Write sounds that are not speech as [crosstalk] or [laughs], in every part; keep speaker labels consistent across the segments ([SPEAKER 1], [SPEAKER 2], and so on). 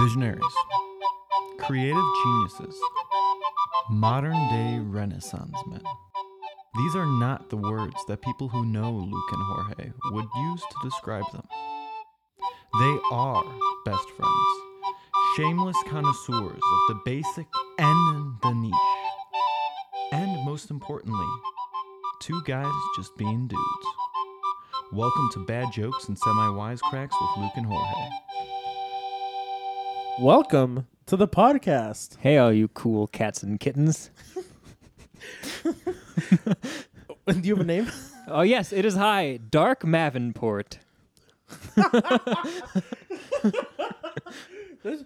[SPEAKER 1] Visionaries. Creative geniuses. Modern day Renaissance men. These are not the words that people who know Luke and Jorge would use to describe them. They are best friends, shameless connoisseurs of the basic and the niche. And most importantly, two guys just being dudes. Welcome to Bad Jokes and Semi Wisecracks with Luke and Jorge.
[SPEAKER 2] Welcome to the
[SPEAKER 3] [laughs]
[SPEAKER 2] podcast.
[SPEAKER 3] Hey, all you cool cats and kittens.
[SPEAKER 2] Do you have a name?
[SPEAKER 3] [laughs] Oh, yes, it is hi, Dark Mavenport.
[SPEAKER 2] [laughs] this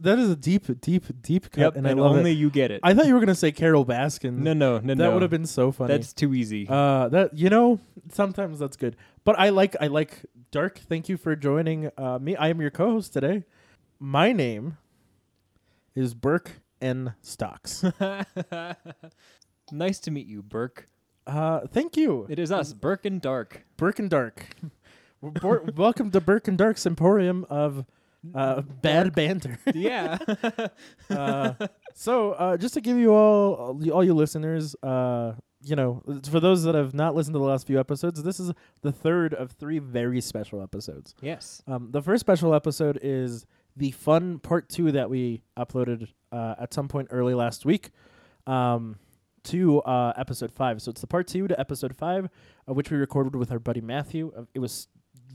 [SPEAKER 2] that is a deep, deep, deep cut,
[SPEAKER 3] Yep,
[SPEAKER 2] and
[SPEAKER 3] and,
[SPEAKER 2] I love
[SPEAKER 3] only
[SPEAKER 2] it.
[SPEAKER 3] you get it.
[SPEAKER 2] I thought you were gonna say Carol Baskin.
[SPEAKER 3] [laughs] no, no, no,
[SPEAKER 2] that
[SPEAKER 3] no.
[SPEAKER 2] would have been so funny.
[SPEAKER 3] That's too easy.
[SPEAKER 2] uh, that you know, sometimes that's good. But I like, I like Dark. Thank you for joining uh, me. I am your co-host today. My name is Burke N. Stocks.
[SPEAKER 3] [laughs] [laughs] nice to meet you, Burke.
[SPEAKER 2] uh, thank you,
[SPEAKER 3] It is us, Burke
[SPEAKER 2] [laughs]
[SPEAKER 3] and Dark.
[SPEAKER 2] Burke and Dark. We're bor- Welcome to Burke and Dark's Emporium of uh, Bad Banter. [laughs]
[SPEAKER 3] Yeah.
[SPEAKER 2] uh, so uh, just to give you all all you listeners uh, you know for those that have not listened to the last few episodes this is the third of three very special episodes
[SPEAKER 3] yes.
[SPEAKER 2] um, the first special episode is the fun part two that we uploaded uh, at some point early last week um, to uh, episode five. So it's the part two to episode five, uh, which we recorded with our buddy Matthew. Uh, it was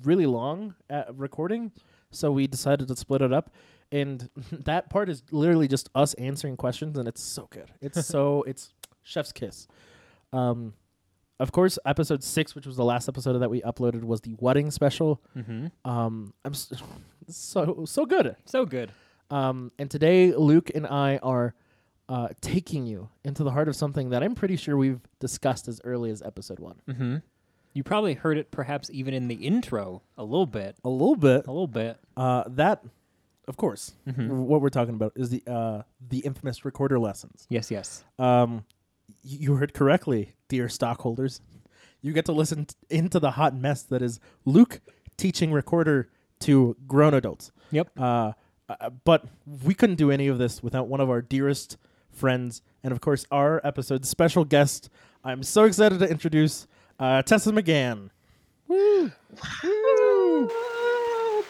[SPEAKER 2] really long at recording, so we decided to split it up. And [laughs] that part is literally just us answering questions, and it's so good. It's so it's chef's kiss. Um, of course, episode six, which was the last episode that we uploaded, was the wedding special.
[SPEAKER 3] Mm-hmm.
[SPEAKER 2] Um, I'm s- [laughs] so so good.
[SPEAKER 3] So good.
[SPEAKER 2] Um, and today Luke and I are uh, taking you into the heart of something that I'm pretty sure we've discussed as early as episode one.
[SPEAKER 3] Mm-hmm. You probably heard it perhaps even in the intro a little bit.
[SPEAKER 2] A little bit. Mm-hmm.
[SPEAKER 3] A little bit.
[SPEAKER 2] Uh, that, of course, what we're talking about is the uh, the infamous recorder lessons.
[SPEAKER 3] Yes, yes.
[SPEAKER 2] Um, y- you heard correctly, dear stockholders. You get to listen t- into the hot mess that is Luke teaching recorder to grown adults.
[SPEAKER 3] Yep.
[SPEAKER 2] Uh, uh, but we couldn't do any of this without one of our dearest friends, and of course, our episode's special guest. I'm so excited to introduce uh, Tessa McGann.
[SPEAKER 4] [laughs]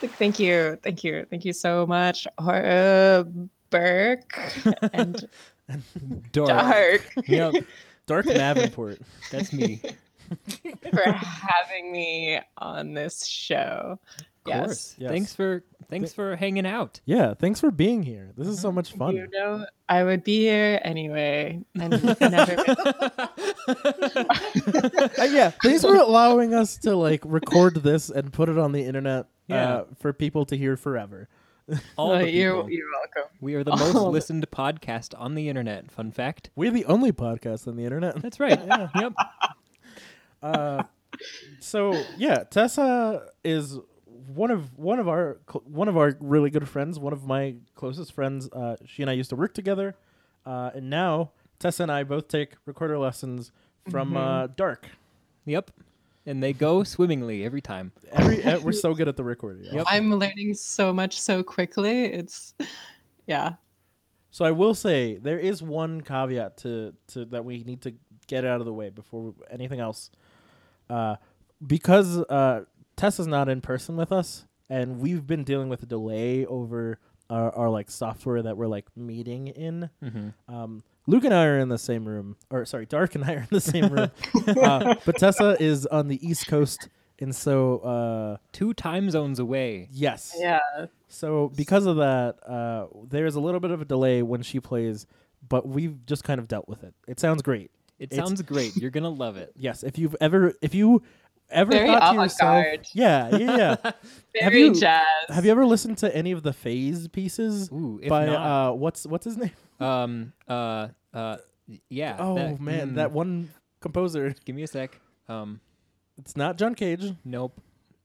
[SPEAKER 4] Thank you. Thank you. Thank you so much, Hor- Burke [laughs] and
[SPEAKER 3] Dark.
[SPEAKER 4] Dark,
[SPEAKER 2] [laughs]
[SPEAKER 3] Yep.
[SPEAKER 2] Dark Davenport.
[SPEAKER 3] That's me.
[SPEAKER 4] for having me on this show.
[SPEAKER 3] Of course.
[SPEAKER 2] Yes.
[SPEAKER 3] Thanks for thanks for
[SPEAKER 2] [laughs]
[SPEAKER 3] hanging out.
[SPEAKER 2] yeah, thanks for being here. This is so much fun.
[SPEAKER 4] You know, I would be here anyway.
[SPEAKER 2] [laughs]
[SPEAKER 4] And never.
[SPEAKER 2] Uh, yeah, thanks for allowing us to like record this and put it on the internet
[SPEAKER 3] Yeah.
[SPEAKER 2] uh, for people to hear forever.
[SPEAKER 3] All the
[SPEAKER 4] [laughs] you,
[SPEAKER 3] people.
[SPEAKER 4] you're welcome.
[SPEAKER 2] [laughs]
[SPEAKER 3] We are the most
[SPEAKER 2] Oh,
[SPEAKER 4] All the-
[SPEAKER 3] listened podcast on the internet. Fun fact.
[SPEAKER 2] We're the only podcast on the internet.
[SPEAKER 3] That's right. Yep.
[SPEAKER 2] Uh, so yeah, Tessa is one of one of our cl- one of our really good friends, one of my closest friends. Uh, she and I used to work together, uh, and now Tessa and I both take recorder lessons from uh, Dark.
[SPEAKER 3] Yep. And they go swimmingly every time.
[SPEAKER 2] Every eh, we're so good at the recorder. y'all.
[SPEAKER 3] Yep.
[SPEAKER 4] I'm learning so much so quickly. It's, yeah.
[SPEAKER 2] So I will say there is one caveat to, to that we need to get out of the way before anything else, uh, because uh, Tessa's not in person with us, and we've been dealing with a delay over our, our like software that we're like meeting in.
[SPEAKER 3] Mm-hmm.
[SPEAKER 2] Um, Luke and I are in the same room, or sorry, Dark and I are in the same room, uh, but Tessa is on the East Coast, and so uh,
[SPEAKER 3] Two time zones away.
[SPEAKER 2] yes,
[SPEAKER 4] Yeah.
[SPEAKER 2] so because of that, uh, there's a little bit of a delay when she plays, but we've just kind of dealt with it. It sounds great.
[SPEAKER 3] It
[SPEAKER 2] It's-
[SPEAKER 3] sounds great. You're gonna love
[SPEAKER 2] [laughs]
[SPEAKER 3] it.
[SPEAKER 2] Yes, if you've ever, if you ever
[SPEAKER 4] Very
[SPEAKER 2] thought to yourself,
[SPEAKER 4] avant-garde.
[SPEAKER 2] yeah, yeah,
[SPEAKER 4] [laughs]
[SPEAKER 2] yeah. Have
[SPEAKER 4] Very
[SPEAKER 2] you-
[SPEAKER 4] jazz.
[SPEAKER 2] Have you [laughs] ever listened to any of the Phase pieces
[SPEAKER 3] Ooh, if
[SPEAKER 2] by
[SPEAKER 3] not,
[SPEAKER 2] uh, what's what's his name?
[SPEAKER 3] um, uh, uh, yeah.
[SPEAKER 2] Oh
[SPEAKER 3] that-
[SPEAKER 2] man,
[SPEAKER 3] mm,
[SPEAKER 2] that one composer.
[SPEAKER 3] Give me a sec. Um,
[SPEAKER 2] It's not John Cage.
[SPEAKER 3] nope.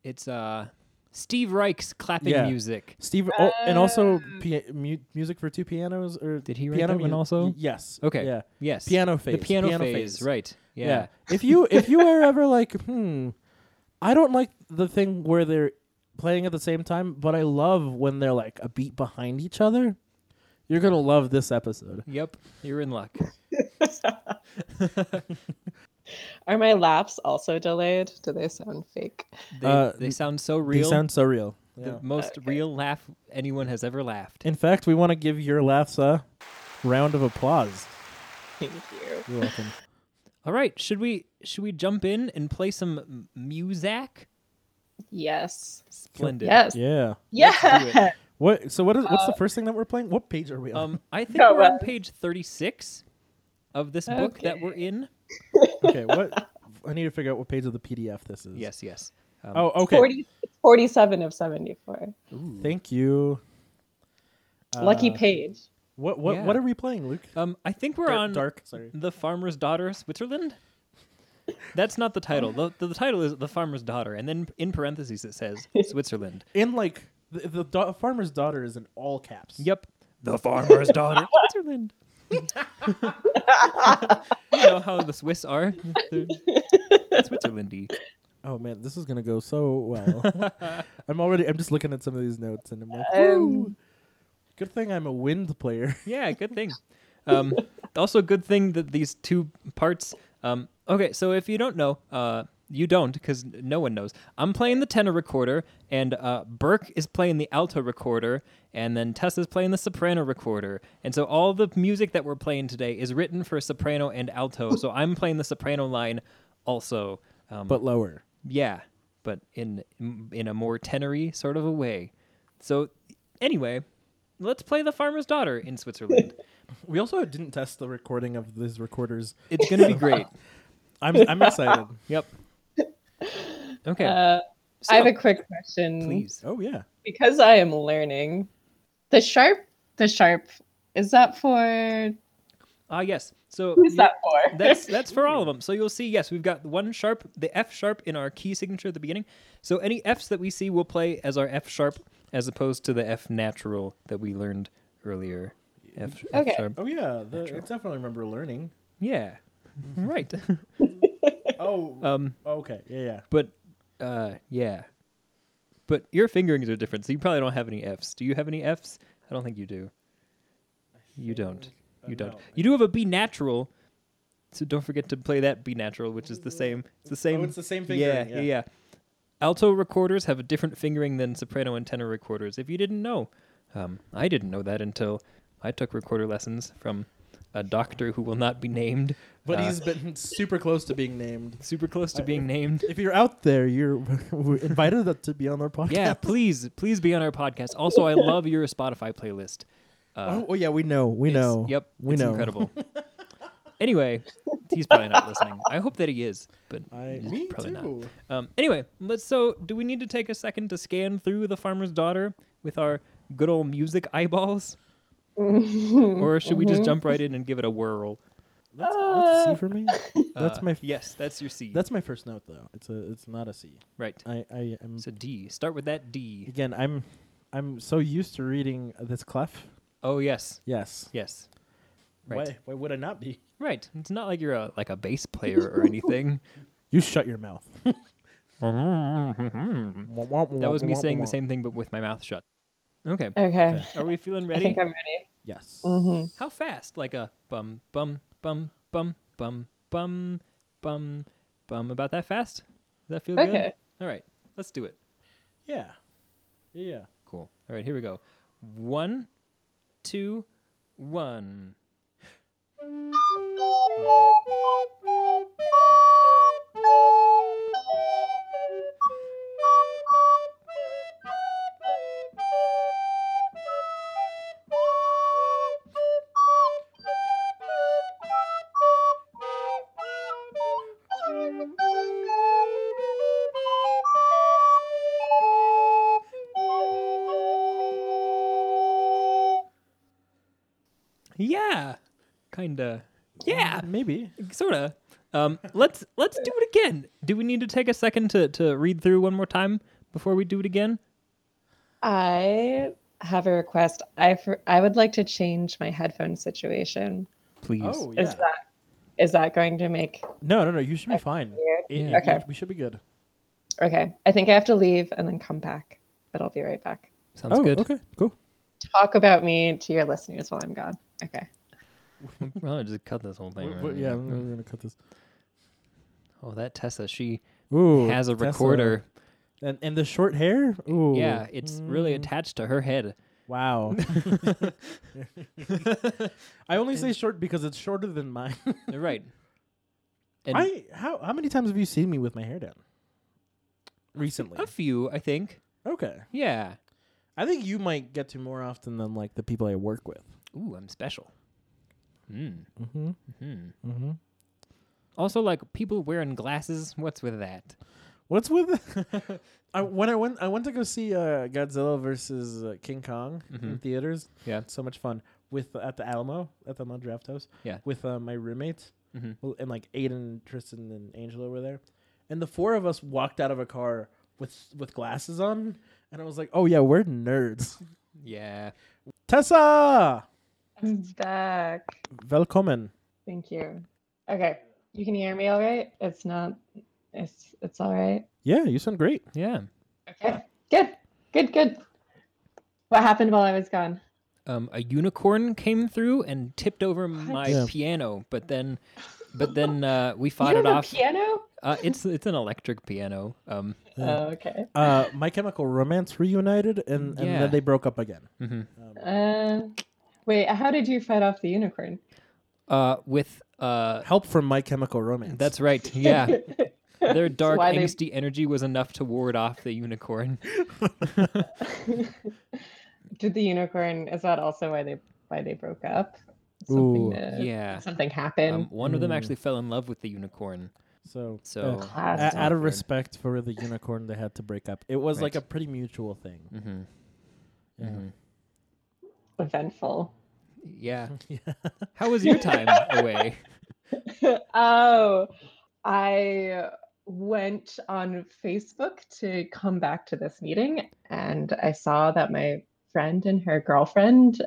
[SPEAKER 3] It's uh, Steve Reich's clapping
[SPEAKER 2] Yeah.
[SPEAKER 3] music.
[SPEAKER 2] Steve, oh, and also
[SPEAKER 4] Um,
[SPEAKER 2] pia- mu- music for two pianos, or
[SPEAKER 3] Did he write
[SPEAKER 2] piano
[SPEAKER 3] that one
[SPEAKER 2] mu-
[SPEAKER 3] also?
[SPEAKER 2] Yes.
[SPEAKER 3] Okay.
[SPEAKER 2] Yeah.
[SPEAKER 3] Yes.
[SPEAKER 2] Piano phase.
[SPEAKER 3] The piano, phase. Right. Yeah.
[SPEAKER 2] If you if you are ever like, hmm, I don't like the thing where they're playing at the same time, but I love when they're like a beat behind each other. You're gonna love this episode.
[SPEAKER 3] Yep, you're in luck.
[SPEAKER 4] [laughs] Are my laps also delayed? Do they sound fake?
[SPEAKER 3] They,
[SPEAKER 2] Uh,
[SPEAKER 3] they sound so
[SPEAKER 2] They
[SPEAKER 3] real.
[SPEAKER 2] sound so real.
[SPEAKER 3] the
[SPEAKER 2] Yeah. Uh,
[SPEAKER 3] most
[SPEAKER 4] Okay.
[SPEAKER 3] real laugh anyone has ever laughed.
[SPEAKER 2] In fact, we want to give your laughs a round of applause.
[SPEAKER 4] Thank you.
[SPEAKER 2] You're welcome.
[SPEAKER 3] All right, should we should we jump in and play some m- music?
[SPEAKER 4] Yes.
[SPEAKER 3] Splendid.
[SPEAKER 4] Yes.
[SPEAKER 2] yeah.
[SPEAKER 3] Let's do
[SPEAKER 4] Yeah. [laughs]
[SPEAKER 2] What? So what is? What's the first thing that we're playing? What page are we on?
[SPEAKER 3] Uh, Um, I think
[SPEAKER 4] No,
[SPEAKER 3] we're on
[SPEAKER 4] well-
[SPEAKER 3] page 36 of this book that we're in.
[SPEAKER 2] [laughs] okay. What? I need to figure out what page of the PDF this is.
[SPEAKER 3] Yes, yes. Um,
[SPEAKER 2] Oh, okay.
[SPEAKER 4] 40, 47 of 74.
[SPEAKER 3] ooh.
[SPEAKER 2] Thank you.
[SPEAKER 4] Lucky
[SPEAKER 2] Uh,
[SPEAKER 4] page.
[SPEAKER 2] What? What? What
[SPEAKER 3] Yeah.
[SPEAKER 2] are we playing, Luke?
[SPEAKER 3] Um, I think we're
[SPEAKER 2] Dar-
[SPEAKER 3] on
[SPEAKER 2] dark. Sorry.
[SPEAKER 3] The Farmer's Daughter, Switzerland. That's not the title. The, the, title is The Farmer's Daughter, and then in parentheses it says Switzerland.
[SPEAKER 2] In like the, the da- farmer's daughter is in all caps.
[SPEAKER 3] Yep. The
[SPEAKER 2] [laughs]
[SPEAKER 3] Farmer's Daughter, Switzerland. you know how the Swiss are? They're Switzerlandy.
[SPEAKER 2] Oh man, this is gonna go so well. [laughs] I'm already. I'm just looking at some of these notes, and I'm like,
[SPEAKER 4] Um,
[SPEAKER 2] "Woo." good thing I'm a wind player. [laughs]
[SPEAKER 3] Yeah, good thing. Um, also, good thing that these two parts. Um, okay, so if you don't know, uh, you don't because no one knows. I'm playing the tenor recorder, and uh, Burke is playing the alto recorder, and then Tessa's playing the soprano recorder. And so all the music that we're playing today is written for soprano and alto. So I'm playing the soprano line, also. Um,
[SPEAKER 2] but lower.
[SPEAKER 3] yeah, but in in a more tenory sort of a way. So anyway, let's play the farmer's daughter in Switzerland.
[SPEAKER 2] We also didn't test the recording of these recorders.
[SPEAKER 3] It's gonna be great.
[SPEAKER 2] [laughs] I'm I'm excited.
[SPEAKER 3] Yep. Okay.
[SPEAKER 4] Uh,
[SPEAKER 3] so,
[SPEAKER 4] I have a quick question.
[SPEAKER 3] please.
[SPEAKER 2] [laughs] Oh yeah.
[SPEAKER 4] Because I am learning, the sharp, the sharp, is that for.
[SPEAKER 3] Ah, yes.
[SPEAKER 4] [laughs]
[SPEAKER 3] So
[SPEAKER 4] Who's
[SPEAKER 3] yeah,
[SPEAKER 4] that for?
[SPEAKER 3] that's that's for all of them. So you'll see. Yes, we've got one sharp, the F sharp in our key signature at the beginning. So any Fs that we see will play as our F sharp, as opposed to the F natural that we learned earlier. F, F
[SPEAKER 4] Okay.
[SPEAKER 3] sharp.
[SPEAKER 2] Oh yeah. The, I definitely remember
[SPEAKER 3] [laughs]
[SPEAKER 2] learning.
[SPEAKER 3] Yeah. Right. [laughs]
[SPEAKER 2] Oh.
[SPEAKER 3] um.
[SPEAKER 2] okay. Yeah. Yeah.
[SPEAKER 3] But, uh, yeah. But your fingerings are different, so you probably don't have any Fs. Do you have any Fs? I don't think you do. You don't. You don't.
[SPEAKER 2] no, I
[SPEAKER 3] You do have a B natural, so don't forget to play that B natural, which is the same. It's the same.
[SPEAKER 2] Oh, it's the same
[SPEAKER 3] yeah,
[SPEAKER 2] fingering.
[SPEAKER 3] yeah, yeah. Alto recorders have a different fingering than soprano and tenor recorders. If you didn't know, um, I didn't know that until I took recorder lessons from a doctor who will not be named,
[SPEAKER 2] But
[SPEAKER 3] uh,
[SPEAKER 2] he's been [laughs] super close to being named.
[SPEAKER 3] super close to being named.
[SPEAKER 2] If you're out there, you're [laughs] we're invited to be on our podcast. [laughs]
[SPEAKER 3] Yeah, please, please be on our podcast. Also, I love your Spotify playlist. Uh,
[SPEAKER 2] Oh, oh, yeah, we know. We
[SPEAKER 3] it's-
[SPEAKER 2] know.
[SPEAKER 3] Yep.
[SPEAKER 2] We
[SPEAKER 3] it's
[SPEAKER 2] know. [laughs]
[SPEAKER 3] Incredible. anyway, he's probably not listening. I hope that he is, but
[SPEAKER 2] I,
[SPEAKER 3] he's
[SPEAKER 2] me
[SPEAKER 3] probably
[SPEAKER 2] too.
[SPEAKER 3] not. Um, anyway, let's. So, do we need to take a second to scan through the farmer's daughter with our good old music eyeballs, or should we just jump right in and give it a whirl?
[SPEAKER 2] That's, that's a C for [laughs] me. That's
[SPEAKER 3] Uh,
[SPEAKER 2] my. F-
[SPEAKER 3] yes. That's your C.
[SPEAKER 2] That's um, my first note though. It's a. It's not a C.
[SPEAKER 3] right.
[SPEAKER 2] I. I am.
[SPEAKER 3] It's a D. Start with that D.
[SPEAKER 2] Again, I'm. I'm so used to reading this clef.
[SPEAKER 3] Oh yes,
[SPEAKER 2] Yes.
[SPEAKER 3] yes. Right.
[SPEAKER 2] Why, why would I not be?
[SPEAKER 3] Right. It's not like you're a like a
[SPEAKER 4] [laughs]
[SPEAKER 3] bass player or anything.
[SPEAKER 2] You shut your [laughs] mouth.
[SPEAKER 3] that
[SPEAKER 2] that
[SPEAKER 3] was me saying the same thing, but with my mouth shut. Okay.
[SPEAKER 4] Okay.
[SPEAKER 3] Are we feeling
[SPEAKER 4] I
[SPEAKER 3] ready? Mm-hmm.
[SPEAKER 4] think I'm ready.
[SPEAKER 2] Yes.
[SPEAKER 4] Mhm.
[SPEAKER 3] How fast? Like a bum, bum, bum, bum, bum, bum, bum, bum. About that fast? Does that feel
[SPEAKER 4] Okay.
[SPEAKER 3] good? All right. Let's do it.
[SPEAKER 2] Yeah. Yeah.
[SPEAKER 3] Cool. All right. Here we go. One, two, one. Yeah. Kinda. Yeah.
[SPEAKER 2] Maybe.
[SPEAKER 3] Sorta. Um, let's let's do it again. Do we need to take a second to, to read through one more time before we do it again?
[SPEAKER 4] I have a request. I for, I would like to change my headphone situation.
[SPEAKER 3] Please.
[SPEAKER 2] Oh
[SPEAKER 4] Is
[SPEAKER 2] yeah.
[SPEAKER 4] that is that going to make
[SPEAKER 2] No, no, no. You should be fine.
[SPEAKER 4] weird?
[SPEAKER 2] It-
[SPEAKER 3] Yeah.
[SPEAKER 2] it-
[SPEAKER 4] Okay.
[SPEAKER 2] We should be good.
[SPEAKER 4] Okay. I think I have to leave and then come back. but I'll be right back.
[SPEAKER 3] Sounds good.
[SPEAKER 2] Oh, Okay, cool.
[SPEAKER 4] Talk about me to your listeners while I'm gone. Okay.
[SPEAKER 3] Well, just cut this whole thing.
[SPEAKER 2] W-
[SPEAKER 3] right
[SPEAKER 2] w- yeah,
[SPEAKER 3] now.
[SPEAKER 2] I'm gonna cut this.
[SPEAKER 3] Oh, that Tessa, she
[SPEAKER 2] Ooh,
[SPEAKER 3] has a
[SPEAKER 2] Tessa.
[SPEAKER 3] recorder.
[SPEAKER 2] and and the short hair. Ooh,
[SPEAKER 3] Yeah, it's really
[SPEAKER 2] Mm.
[SPEAKER 3] attached to her head. [laughs]
[SPEAKER 2] Wow. [laughs] I only say short because it's shorter than mine.
[SPEAKER 3] You're right. [laughs] And
[SPEAKER 2] I how how many times have you seen me with my hair down? Recently.
[SPEAKER 3] a few, I think.
[SPEAKER 2] Okay.
[SPEAKER 3] Yeah.
[SPEAKER 2] I think you might get to more often than like the people I work with.
[SPEAKER 3] Ooh, I'm special. Mm.
[SPEAKER 2] Mm-hmm.
[SPEAKER 3] Hmm.
[SPEAKER 2] Mm-hmm.
[SPEAKER 3] Also, like people wearing glasses. What's with that?
[SPEAKER 2] What's with
[SPEAKER 3] [laughs]
[SPEAKER 2] I, when I went I went to go see uh, Godzilla versus uh, King Kong in
[SPEAKER 3] Mhm.
[SPEAKER 2] theaters.
[SPEAKER 3] Yeah.
[SPEAKER 2] so much fun with at the Alamo at the Mud Draft House.
[SPEAKER 3] Yeah.
[SPEAKER 2] with uh, my roommates
[SPEAKER 3] Mhm.
[SPEAKER 2] Well, and like Aiden, Tristan, and Angela were there, and the four of us walked out of a car with with glasses on, and I was like, oh yeah, we're
[SPEAKER 3] [laughs]
[SPEAKER 2] nerds.
[SPEAKER 3] Yeah.
[SPEAKER 2] Tessa,
[SPEAKER 4] I'm back.
[SPEAKER 2] welcome.
[SPEAKER 4] Thank you. Okay. You can hear me all right? It's not it's it's all right.
[SPEAKER 2] Yeah, you sound great.
[SPEAKER 3] Yeah.
[SPEAKER 4] Okay. Good. Good, good. What happened while I was gone?
[SPEAKER 3] Um, a unicorn came through and tipped over my
[SPEAKER 2] Yeah.
[SPEAKER 3] piano, but then, but then uh, we fought
[SPEAKER 4] you
[SPEAKER 3] it
[SPEAKER 4] have a
[SPEAKER 3] off.
[SPEAKER 4] piano?
[SPEAKER 3] uh, it's it's an electric piano. Um,
[SPEAKER 2] Yeah.
[SPEAKER 4] Oh, okay.
[SPEAKER 2] Uh, My Chemical Romance reunited, and, and
[SPEAKER 3] Yeah.
[SPEAKER 2] then they broke up again.
[SPEAKER 3] mhm.
[SPEAKER 4] Uh, wait, how did you fight off the unicorn?
[SPEAKER 3] uh, with uh,
[SPEAKER 2] Help from My Chemical Romance.
[SPEAKER 3] that's right.
[SPEAKER 4] [laughs]
[SPEAKER 3] Yeah, their dark
[SPEAKER 4] why they-
[SPEAKER 3] angsty energy was enough to ward off the unicorn.
[SPEAKER 4] did the unicorn is that also why they why they broke up? Something
[SPEAKER 2] Ooh,
[SPEAKER 4] to-
[SPEAKER 3] [laughs] yeah.
[SPEAKER 4] Something happened.
[SPEAKER 3] Um, one of them
[SPEAKER 2] Mm.
[SPEAKER 3] actually fell in love with the unicorn.
[SPEAKER 2] so.
[SPEAKER 3] So
[SPEAKER 2] uh,
[SPEAKER 4] Classic.
[SPEAKER 2] a- out of
[SPEAKER 3] awkward.
[SPEAKER 2] respect for the unicorn, they had to break up. It was like
[SPEAKER 3] Right.
[SPEAKER 2] a pretty mutual thing.
[SPEAKER 3] hmm Mm-hmm.
[SPEAKER 2] Yeah.
[SPEAKER 4] eventful.
[SPEAKER 3] Yeah.
[SPEAKER 2] [laughs] Yeah.
[SPEAKER 3] How was your
[SPEAKER 4] [laughs]
[SPEAKER 3] time away?
[SPEAKER 4] oh, I went on Facebook to come back to this meeting and I saw that my friend and her girlfriend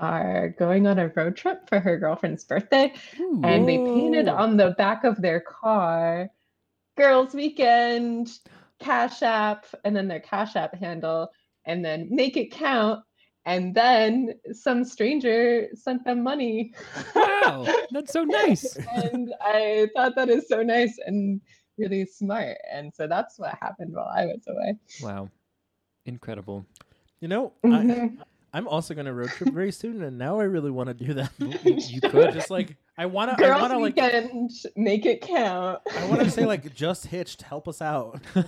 [SPEAKER 4] are going on a road trip for her girlfriend's birthday
[SPEAKER 3] Ooh.
[SPEAKER 4] and they painted
[SPEAKER 2] Ooh.
[SPEAKER 4] on the back of their car girls weekend cash app and then their cash app handle and then make it count and then some stranger sent them money
[SPEAKER 3] wow, that's so
[SPEAKER 4] [laughs]
[SPEAKER 3] nice.
[SPEAKER 4] and I thought that is so nice and really smart. And so that's what happened while I was away.
[SPEAKER 3] Wow,
[SPEAKER 4] [laughs]
[SPEAKER 3] incredible.
[SPEAKER 2] You know,
[SPEAKER 4] Mhm.
[SPEAKER 2] I, I'm also going to road trip very soon, and now I really want to do that.
[SPEAKER 3] [laughs] You could
[SPEAKER 2] Just like I want to, I
[SPEAKER 4] Girls
[SPEAKER 2] want to like,
[SPEAKER 4] weekend, make it count.
[SPEAKER 2] I want to say like, just hitched, help us out. [laughs]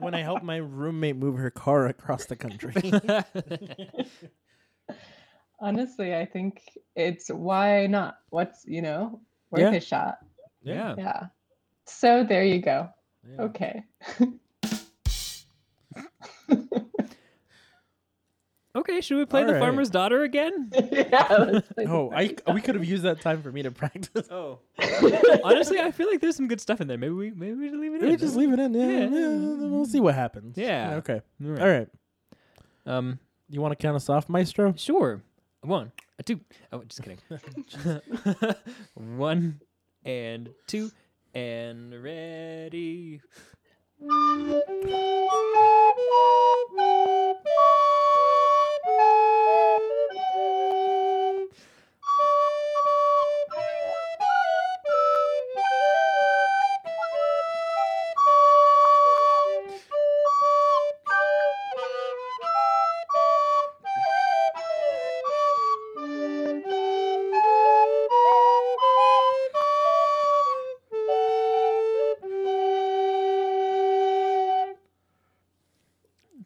[SPEAKER 2] When I help my roommate move her car across the country.
[SPEAKER 4] [laughs]
[SPEAKER 3] [laughs]
[SPEAKER 4] Honestly, I think it's why not? What's you know worth
[SPEAKER 2] Yeah.
[SPEAKER 4] a shot?
[SPEAKER 3] yeah.
[SPEAKER 4] Yeah. So there you go.
[SPEAKER 2] Yeah.
[SPEAKER 4] Okay. [laughs]
[SPEAKER 3] Okay, should we play
[SPEAKER 2] All
[SPEAKER 3] the
[SPEAKER 2] right.
[SPEAKER 3] farmer's daughter again?
[SPEAKER 4] yeah. let's play
[SPEAKER 2] [laughs] Oh,
[SPEAKER 4] this
[SPEAKER 2] I we could have used that time for me to
[SPEAKER 3] [laughs]
[SPEAKER 2] practice.
[SPEAKER 3] Oh,
[SPEAKER 4] back.
[SPEAKER 3] honestly, I feel like there's some good stuff in there. Maybe we maybe we should leave it
[SPEAKER 2] Maybe
[SPEAKER 3] in.
[SPEAKER 2] just leave it in. Yeah,
[SPEAKER 3] Yeah.
[SPEAKER 2] yeah, we'll see what happens.
[SPEAKER 3] Yeah.
[SPEAKER 2] Okay.
[SPEAKER 3] All right.
[SPEAKER 2] All right.
[SPEAKER 3] Um,
[SPEAKER 2] You want to count us off, Maestro?
[SPEAKER 3] sure. One, a two. Oh,
[SPEAKER 2] [laughs]
[SPEAKER 3] just kidding. [laughs] One and two and ready.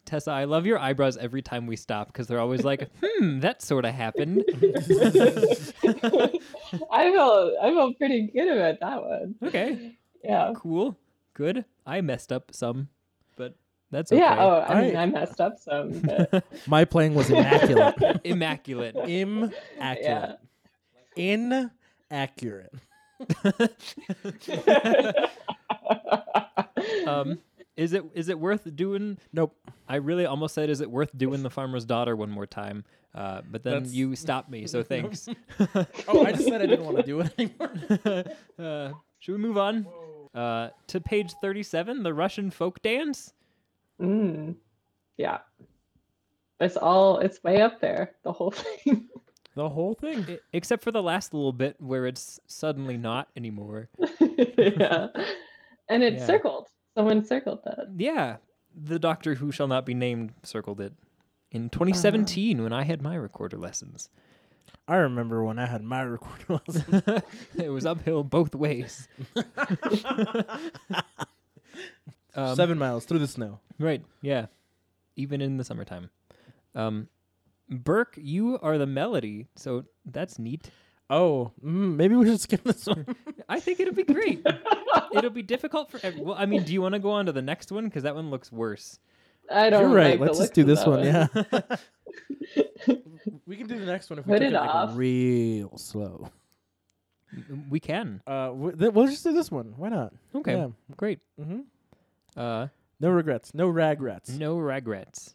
[SPEAKER 3] Tessa, I love your eyebrows every time we stop because they're
[SPEAKER 2] [laughs]
[SPEAKER 3] always like, "Hmm, that sort of happened."
[SPEAKER 4] [laughs] I felt I felt pretty good about that one.
[SPEAKER 3] okay,
[SPEAKER 4] Yeah.
[SPEAKER 3] cool, good. I messed up some, but that's okay.
[SPEAKER 4] Yeah. Oh, I mean,
[SPEAKER 2] I-
[SPEAKER 4] I messed up some, but
[SPEAKER 2] My playing
[SPEAKER 3] [laughs]
[SPEAKER 2] was immaculate.
[SPEAKER 3] Immaculate.
[SPEAKER 2] Immaculate. Inaccurate.
[SPEAKER 3] Um, is it is it worth doing?
[SPEAKER 2] Nope.
[SPEAKER 3] I really almost said, "Is it worth doing the farmer's daughter one more time?" Uh, but then
[SPEAKER 2] That's-
[SPEAKER 3] you stopped
[SPEAKER 2] [laughs]
[SPEAKER 3] me, so thanks. [laughs]
[SPEAKER 2] Oh, I just said I didn't want to do it anymore.
[SPEAKER 3] uh, should we move on uh, to page thirty-seven, the Russian folk dance?
[SPEAKER 4] Mm. yeah. It's all it's way up there, the whole [laughs] thing.
[SPEAKER 2] [laughs] The whole thing.
[SPEAKER 3] E- Except for the last little bit where it's suddenly not anymore.
[SPEAKER 4] yeah. And it
[SPEAKER 3] Yeah.
[SPEAKER 4] circled. Someone circled that.
[SPEAKER 3] Yeah, the Doctor Who Shall Not Be Named circled it in 2017 when I had my recorder lessons.
[SPEAKER 2] I remember when I had my recorder [laughs] lesson.
[SPEAKER 3] [laughs] it was uphill both ways. um,
[SPEAKER 2] Seven miles through the snow.
[SPEAKER 3] Right. Yeah. Even in the summertime. Um, Burke, you are the melody, so that's neat.
[SPEAKER 2] Oh, mm, maybe we should skip this one.
[SPEAKER 3] I think it'll be great. it'll be difficult for every. Well, I mean, do you want to go on to the next one? Because that one looks worse.
[SPEAKER 4] I don't
[SPEAKER 2] You're right.
[SPEAKER 4] like the
[SPEAKER 2] Let's just
[SPEAKER 4] looks
[SPEAKER 2] do
[SPEAKER 4] of
[SPEAKER 2] this
[SPEAKER 4] that
[SPEAKER 2] one. Yeah. [laughs] we can do the next one if we
[SPEAKER 4] Put
[SPEAKER 2] take
[SPEAKER 4] it
[SPEAKER 2] it like,
[SPEAKER 4] off.
[SPEAKER 2] real slow.
[SPEAKER 3] We can.
[SPEAKER 2] Uh, we, th- we'll just do this one. Why not?
[SPEAKER 3] Okay.
[SPEAKER 2] Yeah.
[SPEAKER 3] Great.
[SPEAKER 2] Mm-hmm.
[SPEAKER 3] Uh,
[SPEAKER 2] No regrets. No ragrets.
[SPEAKER 3] no regrets.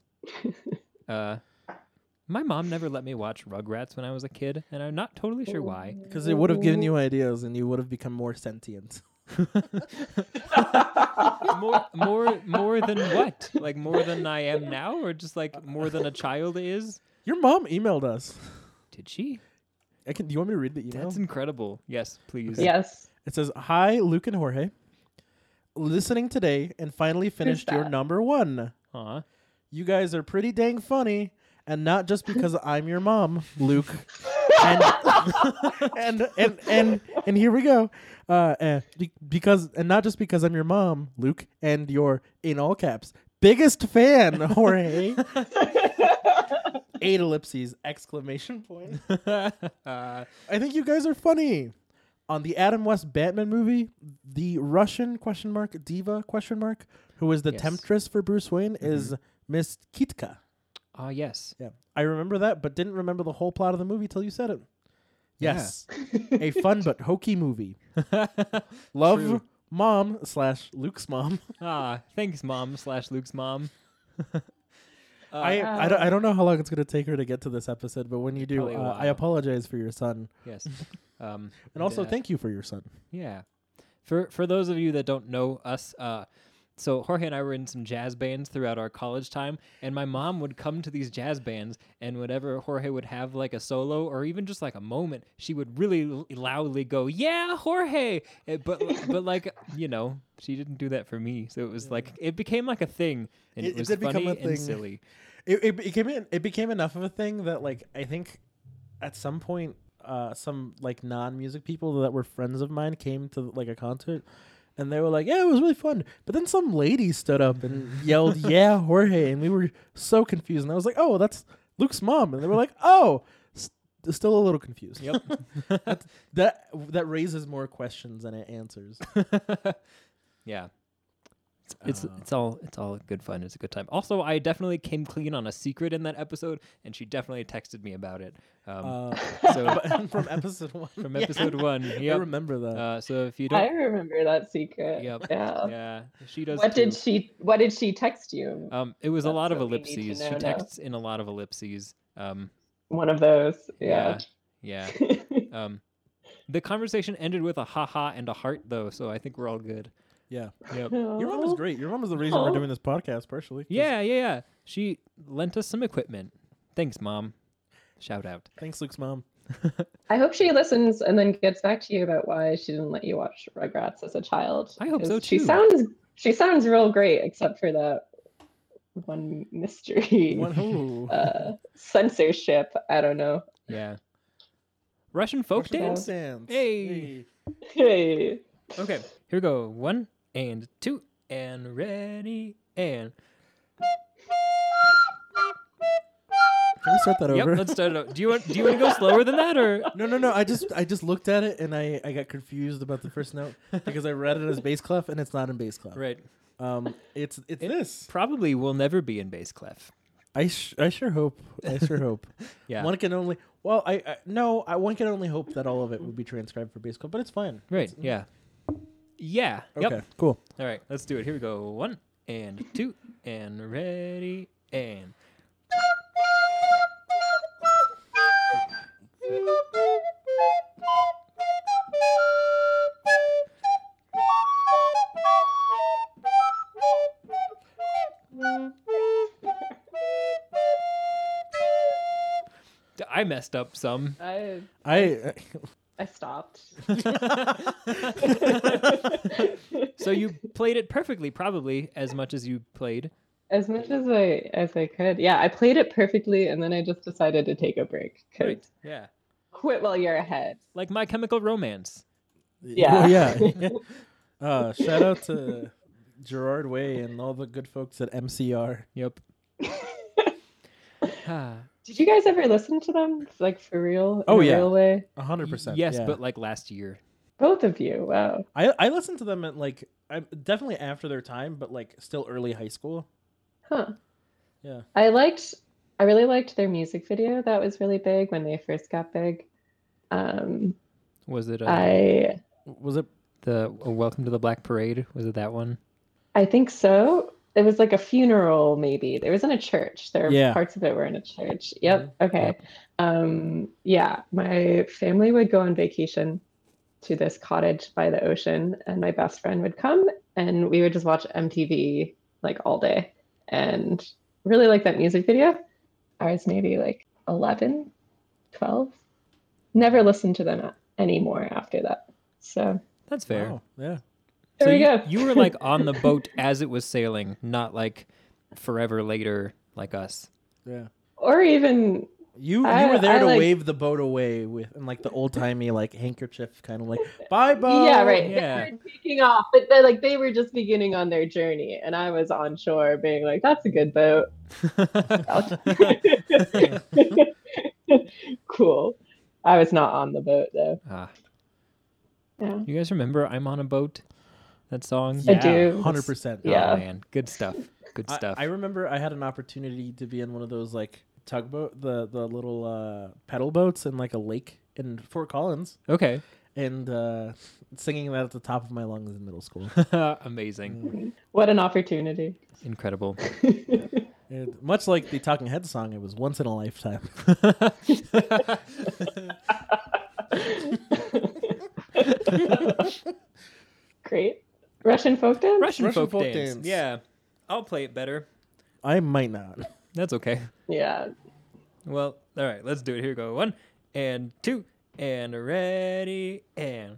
[SPEAKER 3] uh, my mom never let me watch Rugrats when I was a kid, and I'm not totally sure why.
[SPEAKER 2] Because it would have given you ideas, and you would have become more sentient.
[SPEAKER 3] more more more than what like more than i am now or just like more than a child is
[SPEAKER 2] Your mom emailed us.
[SPEAKER 3] did she
[SPEAKER 2] I can. Do you want me to read the email?
[SPEAKER 3] that's incredible yes
[SPEAKER 2] [laughs]
[SPEAKER 3] please
[SPEAKER 4] Yes.
[SPEAKER 2] It says, "Hi, Luke and Jorge. Listening today and finally finished your
[SPEAKER 4] that.
[SPEAKER 2] number one.
[SPEAKER 3] Aw. [laughs]
[SPEAKER 2] You guys are pretty dang funny, and not just because I'm your mom, Luke. and, [laughs] and and and and here we go. Uh, and be- because and not just because I'm your mom, Luke, and your in all caps biggest fan, Jorge. Eight ellipses exclamation point.
[SPEAKER 3] uh,
[SPEAKER 2] I think you guys are funny. On the Adam West Batman movie, the Russian question mark diva question mark who was the
[SPEAKER 3] Yes. Mm-hmm.
[SPEAKER 2] temptress for Bruce Wayne is Miss Kitka.
[SPEAKER 3] ah yes
[SPEAKER 2] Yeah, I remember that, but didn't remember the whole plot of the movie till you said it. Yes, a
[SPEAKER 3] [laughs]
[SPEAKER 2] fun but hokey movie. Love
[SPEAKER 3] True.
[SPEAKER 2] mom slash Luke's mom.
[SPEAKER 3] [laughs] ah thanks mom slash luke's mom
[SPEAKER 2] I I don't, I don't know how long it's gonna take her to get to this episode, but when you do,
[SPEAKER 3] Probably a
[SPEAKER 2] uh, I
[SPEAKER 3] while.
[SPEAKER 2] apologize for your son, [laughs]
[SPEAKER 3] yes um
[SPEAKER 2] and also
[SPEAKER 3] yeah.
[SPEAKER 2] thank you for your son.
[SPEAKER 3] yeah for for those of you that don't know us uh so Jorge and I were in some jazz bands throughout our college time, and my mom would come to these jazz bands, and whenever Jorge would have like a solo or even just like a moment, she would really l- loudly go, "Yeah, Jorge!" Eh, But
[SPEAKER 2] [laughs]
[SPEAKER 3] but like you know, she didn't do that for me, so it was like it became like a thing, and
[SPEAKER 2] It-
[SPEAKER 3] it,
[SPEAKER 2] it
[SPEAKER 3] was
[SPEAKER 2] did become
[SPEAKER 3] funny
[SPEAKER 2] a thing.
[SPEAKER 3] and silly.
[SPEAKER 2] it, it became an- it became enough of a thing that like I think at some point uh some like non music people that were friends of mine came to like a concert and they were like yeah it was really fun but then some lady stood up and
[SPEAKER 3] [laughs]
[SPEAKER 2] yelled yeah Jorge and we were so confused and I was like oh that's Luke's mom and they were like oh st- still a little confused
[SPEAKER 3] Yep.
[SPEAKER 2] that that raises more questions than it answers
[SPEAKER 3] yeah. It's, it's it's all it's all good fun. It's a good time. Also, I definitely came clean on a secret in that episode, and she definitely texted me about it. Um,
[SPEAKER 2] uh, [laughs]
[SPEAKER 3] so
[SPEAKER 2] from episode one
[SPEAKER 3] from
[SPEAKER 2] Yeah.
[SPEAKER 3] episode one,
[SPEAKER 2] I
[SPEAKER 3] yep.
[SPEAKER 2] remember that
[SPEAKER 3] Uh, so if you
[SPEAKER 4] [laughs] I
[SPEAKER 3] don't,
[SPEAKER 4] remember that secret.
[SPEAKER 3] Yep.
[SPEAKER 4] Yeah.
[SPEAKER 3] yeah, she does.
[SPEAKER 4] What did
[SPEAKER 3] too.
[SPEAKER 4] she what did she text you?
[SPEAKER 2] Uh,
[SPEAKER 3] Um, it was a
[SPEAKER 4] That's
[SPEAKER 3] lot of
[SPEAKER 4] what we need to
[SPEAKER 3] ellipses.
[SPEAKER 4] know
[SPEAKER 3] She
[SPEAKER 4] now.
[SPEAKER 3] texts in a lot of ellipses. Um,
[SPEAKER 4] One of those. Yeah. [laughs]
[SPEAKER 3] yeah, yeah. um, the conversation ended with a ha ha and a heart though, so I think we're all good.
[SPEAKER 2] yeah [laughs]
[SPEAKER 3] Yep.
[SPEAKER 2] Your mom is
[SPEAKER 4] Aw.
[SPEAKER 2] great. Your mom is the reason
[SPEAKER 4] Oh. Aw.
[SPEAKER 2] we're doing this podcast, partially. 'cause-
[SPEAKER 3] Yeah, yeah, yeah. She lent us some equipment. Thanks, mom. Shout out.
[SPEAKER 2] Thanks, Luke's mom.
[SPEAKER 4] I hope she listens and then gets back to you about why she didn't let you watch Rugrats as a child.
[SPEAKER 3] I hope so,
[SPEAKER 4] 'cause
[SPEAKER 3] too.
[SPEAKER 4] She sounds she sounds real great, except for that one mystery
[SPEAKER 2] One,
[SPEAKER 3] [laughs]
[SPEAKER 2] ooh.
[SPEAKER 4] [laughs] uh, censorship. I don't know.
[SPEAKER 3] Yeah. Russian folk
[SPEAKER 2] Russian
[SPEAKER 3] dance.
[SPEAKER 2] dance.
[SPEAKER 3] Hey.
[SPEAKER 4] Hey,
[SPEAKER 3] Okay, here we go. One and two and ready and
[SPEAKER 2] Can we start that
[SPEAKER 3] yep.
[SPEAKER 2] over?
[SPEAKER 3] Let's start it out. Do you want? Do you want to go slower than that or?
[SPEAKER 2] [laughs] no, no, no. I just I just looked at it and I, I got confused about the first
[SPEAKER 3] [laughs]
[SPEAKER 2] note because I read it as bass clef and it's not in bass clef.
[SPEAKER 3] Right.
[SPEAKER 2] Um, it's it's
[SPEAKER 3] It-
[SPEAKER 2] this.
[SPEAKER 3] Probably will never be in bass clef.
[SPEAKER 2] I sh- I sure hope. I
[SPEAKER 3] [laughs]
[SPEAKER 2] sure hope.
[SPEAKER 3] Yeah.
[SPEAKER 2] One can only well I, I no I one can only hope that all of it would be transcribed for bass clef, but it's fine.
[SPEAKER 3] right. Yeah. Yeah.
[SPEAKER 2] Okay.
[SPEAKER 3] Yep.
[SPEAKER 2] Cool.
[SPEAKER 3] All right. Let's do it. Here we go. One and two and ready and. I messed
[SPEAKER 2] [laughs]
[SPEAKER 3] up some.
[SPEAKER 4] I
[SPEAKER 2] I
[SPEAKER 4] I
[SPEAKER 3] [laughs]
[SPEAKER 4] stopped. [laughs]
[SPEAKER 3] so you played it perfectly, probably as much as you played.
[SPEAKER 4] as much as I as I could. Yeah, I played it perfectly, and then I just decided to take a break. 'cause
[SPEAKER 3] Right. Yeah.
[SPEAKER 4] Quit while you're ahead.
[SPEAKER 3] Like My Chemical Romance.
[SPEAKER 4] Yeah.
[SPEAKER 2] Well,
[SPEAKER 3] [laughs]
[SPEAKER 2] yeah. [laughs] uh, shout out to Gerard Way and all the good folks at MCR.
[SPEAKER 3] Yep. [laughs] Ah,
[SPEAKER 4] Did you guys ever listen to them? Like for real? in
[SPEAKER 2] Oh,
[SPEAKER 4] a
[SPEAKER 2] yeah.
[SPEAKER 4] real way?
[SPEAKER 2] A hundred
[SPEAKER 3] y-
[SPEAKER 2] percent.
[SPEAKER 3] Yes,
[SPEAKER 2] yeah.
[SPEAKER 3] but like last year.
[SPEAKER 4] Both of you. Wow.
[SPEAKER 2] I I listened to them at like I'm definitely after their time, but like still early high school.
[SPEAKER 4] Huh.
[SPEAKER 2] Yeah.
[SPEAKER 4] I liked. I really liked their music video. That was really big when they first got big. Um,
[SPEAKER 3] Was it uh,
[SPEAKER 4] I
[SPEAKER 2] Was it?
[SPEAKER 3] the uh, Welcome to the Black Parade? Was it that one?
[SPEAKER 4] I think so. It was like a funeral, maybe. It was in a church. There were
[SPEAKER 2] Yeah.
[SPEAKER 4] parts of it were in a church. Yep. Okay. Um, yeah. My family would go on vacation to this cottage by the ocean, and my best friend would come, and we would just watch MTV like all day and really like that music video. I was maybe like 11, 12. Never listened to them anymore after that. So
[SPEAKER 3] That's fair.
[SPEAKER 2] Wow, Oh, yeah.
[SPEAKER 4] there
[SPEAKER 3] so
[SPEAKER 4] we
[SPEAKER 3] you,
[SPEAKER 4] go.
[SPEAKER 3] you were like on
[SPEAKER 4] [laughs]
[SPEAKER 3] the boat as it was sailing, not like forever later like us.
[SPEAKER 2] Yeah.
[SPEAKER 4] or even
[SPEAKER 2] You you
[SPEAKER 4] I-
[SPEAKER 2] were there
[SPEAKER 4] I
[SPEAKER 2] to
[SPEAKER 4] like-
[SPEAKER 2] wave the boat away with and like the old timey like handkerchief kind of like bye boat.
[SPEAKER 4] yeah,
[SPEAKER 2] [laughs]
[SPEAKER 4] right.
[SPEAKER 3] yeah.
[SPEAKER 4] They were taking off, but they like they were just beginning on their journey, and I was on shore being like, "That's a good boat." [laughs] cool. I was not on the boat though.
[SPEAKER 3] ah,
[SPEAKER 4] Yeah.
[SPEAKER 3] you guys remember I'm on a boat? That song?
[SPEAKER 4] I do.
[SPEAKER 2] Hundred percent.
[SPEAKER 3] Oh,
[SPEAKER 4] Yeah.
[SPEAKER 3] man. Good stuff. Good
[SPEAKER 2] I-
[SPEAKER 3] stuff.
[SPEAKER 2] I, remember I had an opportunity to be in one of those like tugboat, the the little uh, pedal boats in like a lake in Fort Collins,
[SPEAKER 3] okay. [laughs]
[SPEAKER 2] and uh, singing that at the top of my lungs in middle school.
[SPEAKER 3] Mm. Amazing.
[SPEAKER 4] What an opportunity.
[SPEAKER 3] Incredible.
[SPEAKER 2] And much like the Talking Heads song, it was once in a lifetime.
[SPEAKER 4] Great. Russian folk dance.
[SPEAKER 3] Russian,
[SPEAKER 2] Russian
[SPEAKER 3] folk,
[SPEAKER 2] folk
[SPEAKER 3] dance.
[SPEAKER 2] dance.
[SPEAKER 3] Yeah. I'll play it better.
[SPEAKER 2] I might not.
[SPEAKER 3] That's okay.
[SPEAKER 4] Yeah.
[SPEAKER 3] Well, all right, let's do it. Here we go. One and two and ready and.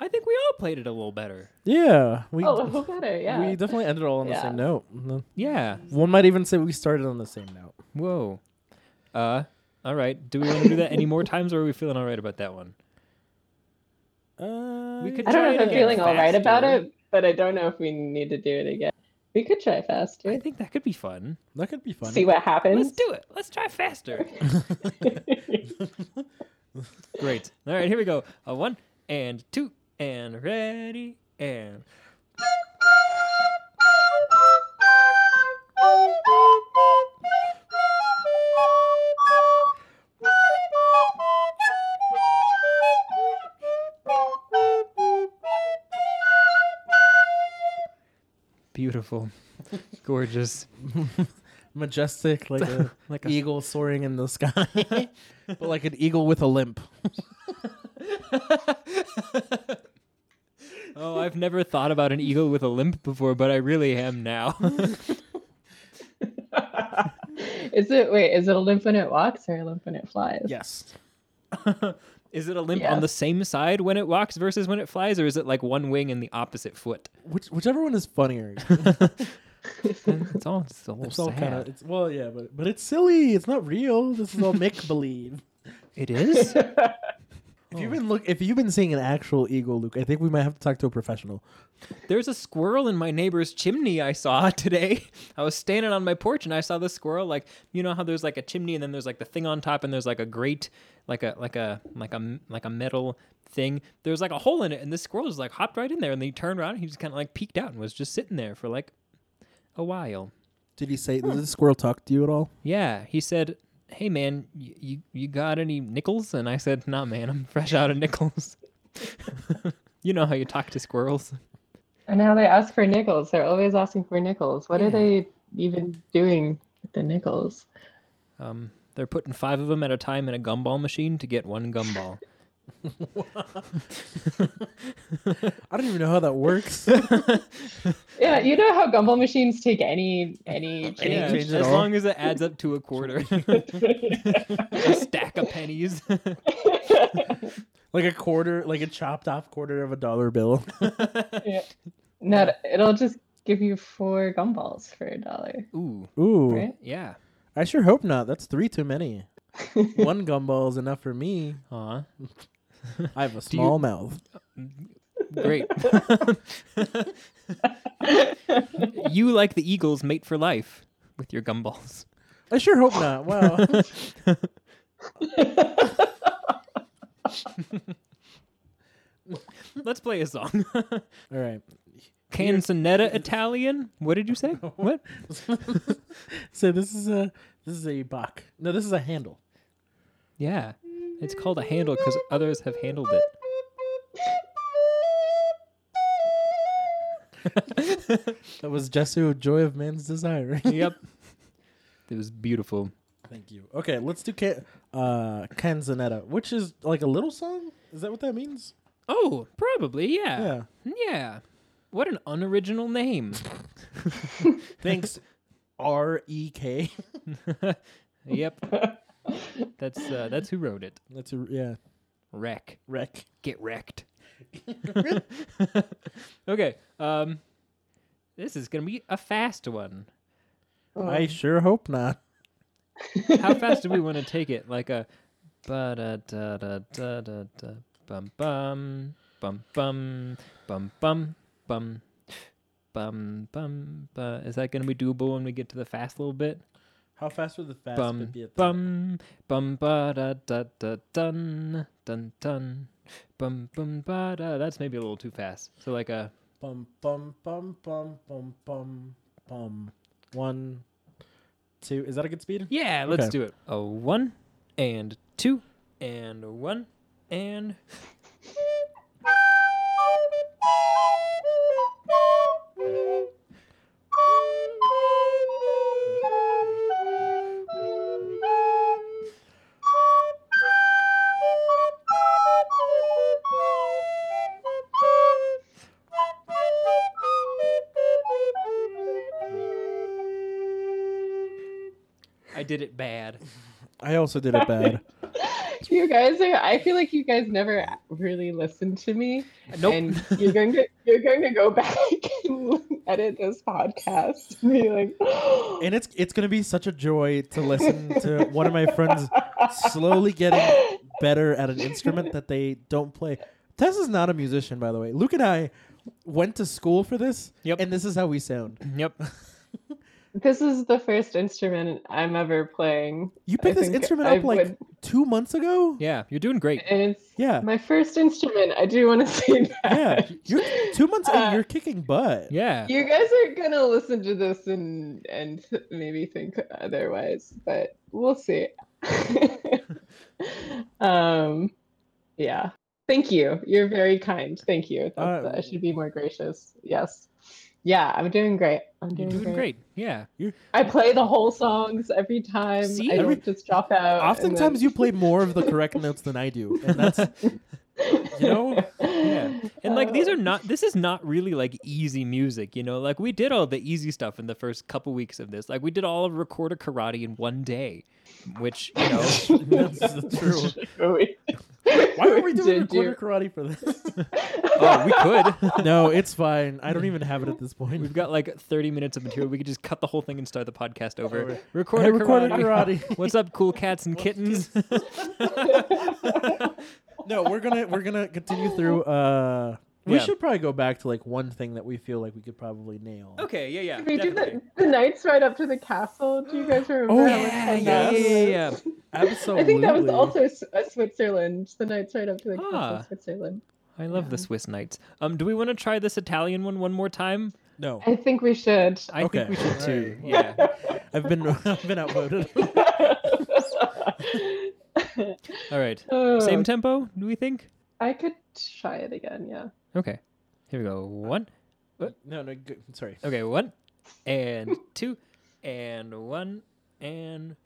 [SPEAKER 3] I think we all played it a little better.
[SPEAKER 2] Yeah, we
[SPEAKER 4] Oh, who better? [laughs] Yeah.
[SPEAKER 2] we definitely ended all on the
[SPEAKER 4] Yeah.
[SPEAKER 2] same note.
[SPEAKER 3] Yeah.
[SPEAKER 2] One might even say we started on the same note.
[SPEAKER 3] Whoa. Uh, all right. Do we want to do that any [laughs] more times, or are we feeling all right about that one?
[SPEAKER 2] Uh,
[SPEAKER 3] We could- Try
[SPEAKER 4] I don't know if
[SPEAKER 3] it
[SPEAKER 4] I'm
[SPEAKER 3] again
[SPEAKER 4] feeling all right about
[SPEAKER 3] faster.
[SPEAKER 4] it, but I don't know if we need to do it again. We could try
[SPEAKER 3] I
[SPEAKER 4] faster.
[SPEAKER 3] think that could be fun.
[SPEAKER 2] that could be fun.
[SPEAKER 4] See what
[SPEAKER 3] Let's
[SPEAKER 4] happens.
[SPEAKER 3] do it. Let's try faster. Great. All right. Here we go. A one and two and ready and. [laughs] Beautiful, [laughs] gorgeous,
[SPEAKER 2] Majestic, [laughs] like a
[SPEAKER 3] like a
[SPEAKER 2] eagle soaring in the sky, [laughs] but like an eagle with a limp.
[SPEAKER 3] oh, I've never thought about an eagle with a limp before, but I really am now.
[SPEAKER 4] [laughs]
[SPEAKER 3] [laughs]
[SPEAKER 4] is it wait? Is it a limp when it walks or a limp when it flies?
[SPEAKER 2] Yes.
[SPEAKER 3] [laughs] is it a limp
[SPEAKER 4] Yeah.
[SPEAKER 3] on the same side when it walks versus when it flies, or is it like one wing and the
[SPEAKER 2] [laughs]
[SPEAKER 3] opposite foot?
[SPEAKER 2] Which whichever one is [laughs] funnier.
[SPEAKER 3] It's all it's a little
[SPEAKER 2] it's all
[SPEAKER 3] sad.
[SPEAKER 2] kind of it's well yeah, but but it's silly. It's not real. This [laughs] is all make believe. [laughs]
[SPEAKER 3] It is.
[SPEAKER 2] If you've been look if you've been seeing an actual eagle, Luke, I think we might have to talk to a professional.
[SPEAKER 3] There's a squirrel in my neighbor's chimney I saw [laughs] today. I was standing on my porch and I saw this squirrel like you know how there's like a chimney and then there's like the thing on top and there's like a grate like a like a like a like a metal thing. There's like a hole in it and this squirrel just like hopped right in there and then he turned around and he just kind of like peeked out and was just sitting there for like a while.
[SPEAKER 2] Did he say did the squirrel talk to you at all?
[SPEAKER 3] Yeah, he said, "Hey man, you you, you got any nickels?" And I said, "Nah man, I'm fresh out of nickels." [laughs] you know how you talk to squirrels.
[SPEAKER 4] And now they ask for nickels. They're always asking for nickels. What
[SPEAKER 3] Yeah.
[SPEAKER 4] are they even doing? the nickels.
[SPEAKER 3] Um, they're putting five of them at a time in a gumball machine to get one gumball.
[SPEAKER 2] I don't even know how that [laughs] works.
[SPEAKER 4] Yeah, you know how gumball machines take any any
[SPEAKER 3] Yeah,
[SPEAKER 4] change.
[SPEAKER 2] change at
[SPEAKER 3] as
[SPEAKER 2] all.
[SPEAKER 3] long as it adds up to a quarter, [laughs]
[SPEAKER 4] [laughs]
[SPEAKER 3] a stack of pennies. [laughs]
[SPEAKER 2] like a quarter, like a chopped off quarter of a dollar bill.
[SPEAKER 4] Yeah. No, it'll just give you four gumballs for a dollar,
[SPEAKER 3] Ooh,
[SPEAKER 2] [laughs] Ooh,
[SPEAKER 4] right?
[SPEAKER 3] yeah.
[SPEAKER 2] I sure hope not. That's three too many. One gumball is enough for me.
[SPEAKER 3] Aw,
[SPEAKER 2] I have a
[SPEAKER 3] you-
[SPEAKER 2] small mouth.
[SPEAKER 3] great. [laughs] you like the Eagles, mate for life, with your gumballs. [laughs]
[SPEAKER 2] I sure hope not. [laughs] Wow.
[SPEAKER 3] Let's play a song. [laughs]
[SPEAKER 2] All right.
[SPEAKER 3] Canzonetta Italian. What did you say? What?
[SPEAKER 2] So this is a this is a Bach. No, this is a handle.
[SPEAKER 3] Yeah, it's called a handle because others have handled it. [laughs]
[SPEAKER 2] That was Jesu, joy of man's desire. [laughs]
[SPEAKER 3] Yep, it was beautiful.
[SPEAKER 2] Thank you. Okay, let's do Ca uh, Canzonetta, which is like a little song. Is that what that means?
[SPEAKER 3] Oh, probably, yeah.
[SPEAKER 2] Yeah.
[SPEAKER 3] Yeah. What an unoriginal name. [laughs]
[SPEAKER 2] [laughs] Thanks, R E K.
[SPEAKER 3] yep. That's uh, that's who wrote it.
[SPEAKER 2] That's a yeah.
[SPEAKER 3] Wreck.
[SPEAKER 2] Wreck.
[SPEAKER 3] Get [laughs] wrecked. okay. Um this is going to be a fast one.
[SPEAKER 2] I
[SPEAKER 4] [laughs]
[SPEAKER 2] sure hope not.
[SPEAKER 3] How fast do we want to take it? Like a ba da da da da da da bum bum bum bum bum bum bum bum bum ba. Is that going to be doable when we get to the fast little bit?
[SPEAKER 2] How fast would the fast
[SPEAKER 3] bum
[SPEAKER 2] bit be at the-
[SPEAKER 3] bum bum ba da da da dun dun dun bum bum ba da. That's maybe a little too fast. So like a
[SPEAKER 2] bum bum bum bum bum bum bum. One, two. Is that a good speed?
[SPEAKER 3] yeah, let's
[SPEAKER 2] Okay.
[SPEAKER 3] do it. A one and two and one and I did it bad.
[SPEAKER 2] I also did it bad.
[SPEAKER 4] You guys are. I feel like you guys never really listen to me.
[SPEAKER 3] Nope.
[SPEAKER 4] And you're going to you're going to go [laughs] back and edit this podcast and be like,
[SPEAKER 2] and it's it's gonna be such a joy to listen to one of my friends slowly getting better at an instrument that they don't play. Tess is not a musician, by the way. Luke and I went to school for this,
[SPEAKER 3] Yep.
[SPEAKER 2] and this is how we sound.
[SPEAKER 3] Yep.
[SPEAKER 4] this is the first instrument I'm ever playing.
[SPEAKER 2] You
[SPEAKER 4] I
[SPEAKER 2] picked this
[SPEAKER 4] think
[SPEAKER 2] instrument
[SPEAKER 4] I
[SPEAKER 2] up like
[SPEAKER 4] would-
[SPEAKER 2] two months ago.
[SPEAKER 3] Yeah, you're doing great.
[SPEAKER 4] and it's
[SPEAKER 2] Yeah,
[SPEAKER 4] my first instrument. I do want to [laughs] say
[SPEAKER 2] yeah.
[SPEAKER 4] that.
[SPEAKER 2] You're two months
[SPEAKER 4] Uh,
[SPEAKER 2] and you're kicking butt.
[SPEAKER 3] Yeah.
[SPEAKER 4] You guys are gonna listen to this and and maybe think otherwise, but
[SPEAKER 2] [laughs]
[SPEAKER 4] we'll see. um, yeah. Thank you. You're very kind. Thank you. That's,
[SPEAKER 2] Uh,
[SPEAKER 4] I should be more gracious. Yes. Yeah, I'm doing great. I'm
[SPEAKER 3] You're doing
[SPEAKER 4] doing,
[SPEAKER 3] great.
[SPEAKER 4] great.
[SPEAKER 3] Yeah.
[SPEAKER 4] I play the whole songs every time.
[SPEAKER 3] See?
[SPEAKER 4] I don't
[SPEAKER 2] Every-
[SPEAKER 4] just drop out.
[SPEAKER 2] Oftentimes, you play more of the correct notes than I do, and that's
[SPEAKER 4] you
[SPEAKER 2] you know.
[SPEAKER 3] Yeah. And like
[SPEAKER 4] [laughs]
[SPEAKER 3] these are not this is not really like easy music, you know? Like we did all the easy stuff in the first couple weeks of this. Like we did all of recorder karate in one day, which, you know,
[SPEAKER 2] [laughs] That's true. Why were we doing recorder karate for this?
[SPEAKER 3] oh, we
[SPEAKER 2] [laughs]
[SPEAKER 3] could. [laughs]
[SPEAKER 2] no, it's fine. I don't even have it at this point. [laughs]
[SPEAKER 3] We've got like 30 minutes of material. We could just cut the whole thing and start the podcast over.
[SPEAKER 2] Over. [laughs]
[SPEAKER 3] Recorder,
[SPEAKER 2] Hey, recorder
[SPEAKER 3] karate.
[SPEAKER 2] karate.
[SPEAKER 3] [laughs] What's up, cool
[SPEAKER 2] [laughs]
[SPEAKER 3] cats and kittens?
[SPEAKER 2] no, we're gonna we're gonna continue through. Uh, we
[SPEAKER 3] Yeah.
[SPEAKER 2] should probably go back to like one thing that we feel like we could probably nail.
[SPEAKER 3] [laughs] okay, yeah, yeah.
[SPEAKER 4] We did
[SPEAKER 3] definitely.
[SPEAKER 4] the, the nights right up to the castle. Do you guys remember?
[SPEAKER 2] Oh,
[SPEAKER 4] how much
[SPEAKER 2] yeah,
[SPEAKER 4] fun
[SPEAKER 3] yeah,
[SPEAKER 4] that
[SPEAKER 3] yeah,
[SPEAKER 4] was?
[SPEAKER 3] yeah, yeah.
[SPEAKER 2] Absolutely.
[SPEAKER 4] I think that was also S- uh, Switzerland. The nights right up to the castle,
[SPEAKER 3] Ah.
[SPEAKER 4] Switzerland.
[SPEAKER 3] I love the Swiss Knights. Um, do we want to try this Italian one one more time?
[SPEAKER 2] no.
[SPEAKER 4] I think we should.
[SPEAKER 3] I
[SPEAKER 2] Okay.
[SPEAKER 3] think we should
[SPEAKER 2] All
[SPEAKER 3] too.
[SPEAKER 2] right.
[SPEAKER 3] Yeah.
[SPEAKER 2] I've been [laughs] I've been outvoted. [laughs]
[SPEAKER 3] All right.
[SPEAKER 4] [laughs] Oh,
[SPEAKER 3] Same tempo, do we think?
[SPEAKER 4] I could try it again.
[SPEAKER 3] [laughs]
[SPEAKER 4] Yeah.
[SPEAKER 3] Okay. Here we go. One.
[SPEAKER 2] no, no. Good. Sorry.
[SPEAKER 3] Okay, one and two and one and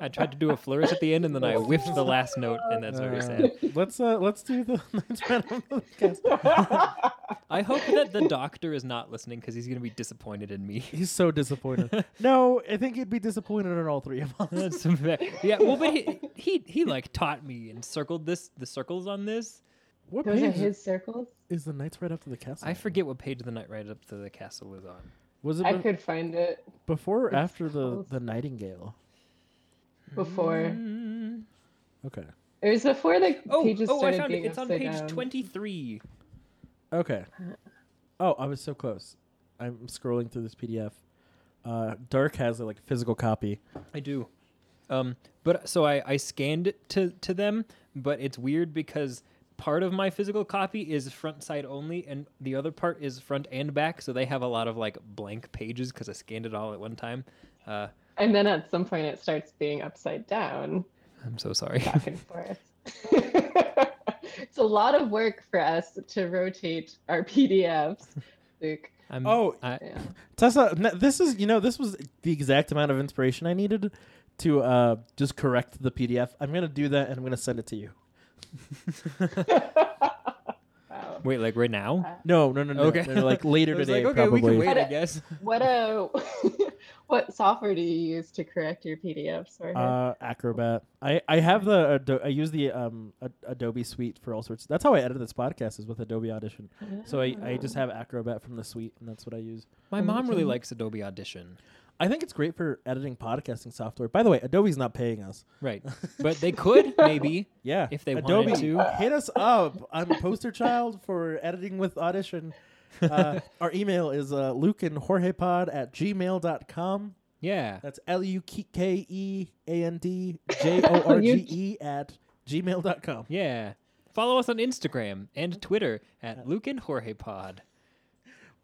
[SPEAKER 3] I tried to do a flourish at the end, and
[SPEAKER 4] [laughs]
[SPEAKER 3] then I whiffed the last note, and that's very sad.
[SPEAKER 2] Uh, [laughs] let's uh, let's do the [laughs] ninth round of the podcast.
[SPEAKER 3] I hope that the doctor is not listening because he's going to be disappointed in me. [laughs]
[SPEAKER 2] He's so
[SPEAKER 4] [laughs]
[SPEAKER 2] disappointed. no, I think he'd be disappointed in all three of us.
[SPEAKER 3] That's a fact. yeah. Well, but he, he he like taught me and circled this the circles on this.
[SPEAKER 2] What
[SPEAKER 4] Those are
[SPEAKER 2] page
[SPEAKER 4] his circles.
[SPEAKER 2] is the Knights right up to the castle?
[SPEAKER 3] I forget what page of the night right up to the castle is on.
[SPEAKER 2] was it
[SPEAKER 4] I
[SPEAKER 3] Mm-hmm.
[SPEAKER 2] be-
[SPEAKER 4] could find it
[SPEAKER 2] before or after the
[SPEAKER 4] Circles.
[SPEAKER 2] the Nightingale?
[SPEAKER 4] before.
[SPEAKER 2] Okay.
[SPEAKER 4] It was before the
[SPEAKER 3] Mm. Oh,
[SPEAKER 4] pages
[SPEAKER 3] oh,
[SPEAKER 4] started
[SPEAKER 3] I found it.
[SPEAKER 4] being
[SPEAKER 3] It's on
[SPEAKER 4] upside
[SPEAKER 3] page
[SPEAKER 4] down.
[SPEAKER 3] twenty-three.
[SPEAKER 2] Okay. Oh, I was so close. I'm scrolling through this PDF. Uh, Dark has a like physical copy.
[SPEAKER 3] I do. Um, but so I, I scanned it to, to them, but it's weird because part of my physical copy is front side only, and the other part is front and back. So they have a lot of like blank pages because I scanned it all at one time. Uh,
[SPEAKER 4] And then at some point it starts being upside down,
[SPEAKER 3] I'm so [laughs] sorry.
[SPEAKER 4] back and forth. [laughs] it's a lot of work for us to rotate our [laughs] PDFs, Luke.
[SPEAKER 3] I'm,
[SPEAKER 2] Oh.
[SPEAKER 3] I,
[SPEAKER 4] Yeah.
[SPEAKER 2] Tessa, n- this is you know this was the exact amount of inspiration I needed to uh, just correct the PDF. I'm gonna do that and I'm gonna send it to you.
[SPEAKER 4] Wow.
[SPEAKER 3] wait, like right now?
[SPEAKER 2] No, no, no, no.
[SPEAKER 3] Okay.
[SPEAKER 2] no, like later
[SPEAKER 3] [laughs] I was
[SPEAKER 2] today,
[SPEAKER 3] like, okay,
[SPEAKER 2] probably.
[SPEAKER 3] we can wait, I
[SPEAKER 4] Edit.
[SPEAKER 3] guess.
[SPEAKER 4] What a [laughs] what software do you use to correct your PDFs? Or
[SPEAKER 2] Uh, Acrobat. I, I have the Ado- I use the um A- Adobe Suite for all sorts. That's how I edit this podcast is with Adobe Audition. So I, I just have Acrobat from the suite and that's what I use.
[SPEAKER 3] [laughs] My mom really likes Adobe Audition.
[SPEAKER 2] I think it's great for editing podcasting software. By the way, Adobe's not paying us.
[SPEAKER 3] Right. But they could, maybe.
[SPEAKER 2] Yeah,
[SPEAKER 3] If they
[SPEAKER 2] Adobe,
[SPEAKER 3] wanted to.
[SPEAKER 2] hit us up. I'm a poster child for editing with Audition. Uh, our email is uh, Luke and Jorge Pod at gmail.com.
[SPEAKER 3] Yeah.
[SPEAKER 2] That's L U K E A N D J O R G E at gmail.com.
[SPEAKER 3] Yeah. Follow us on Instagram and Twitter at Luke and Jorge Pod.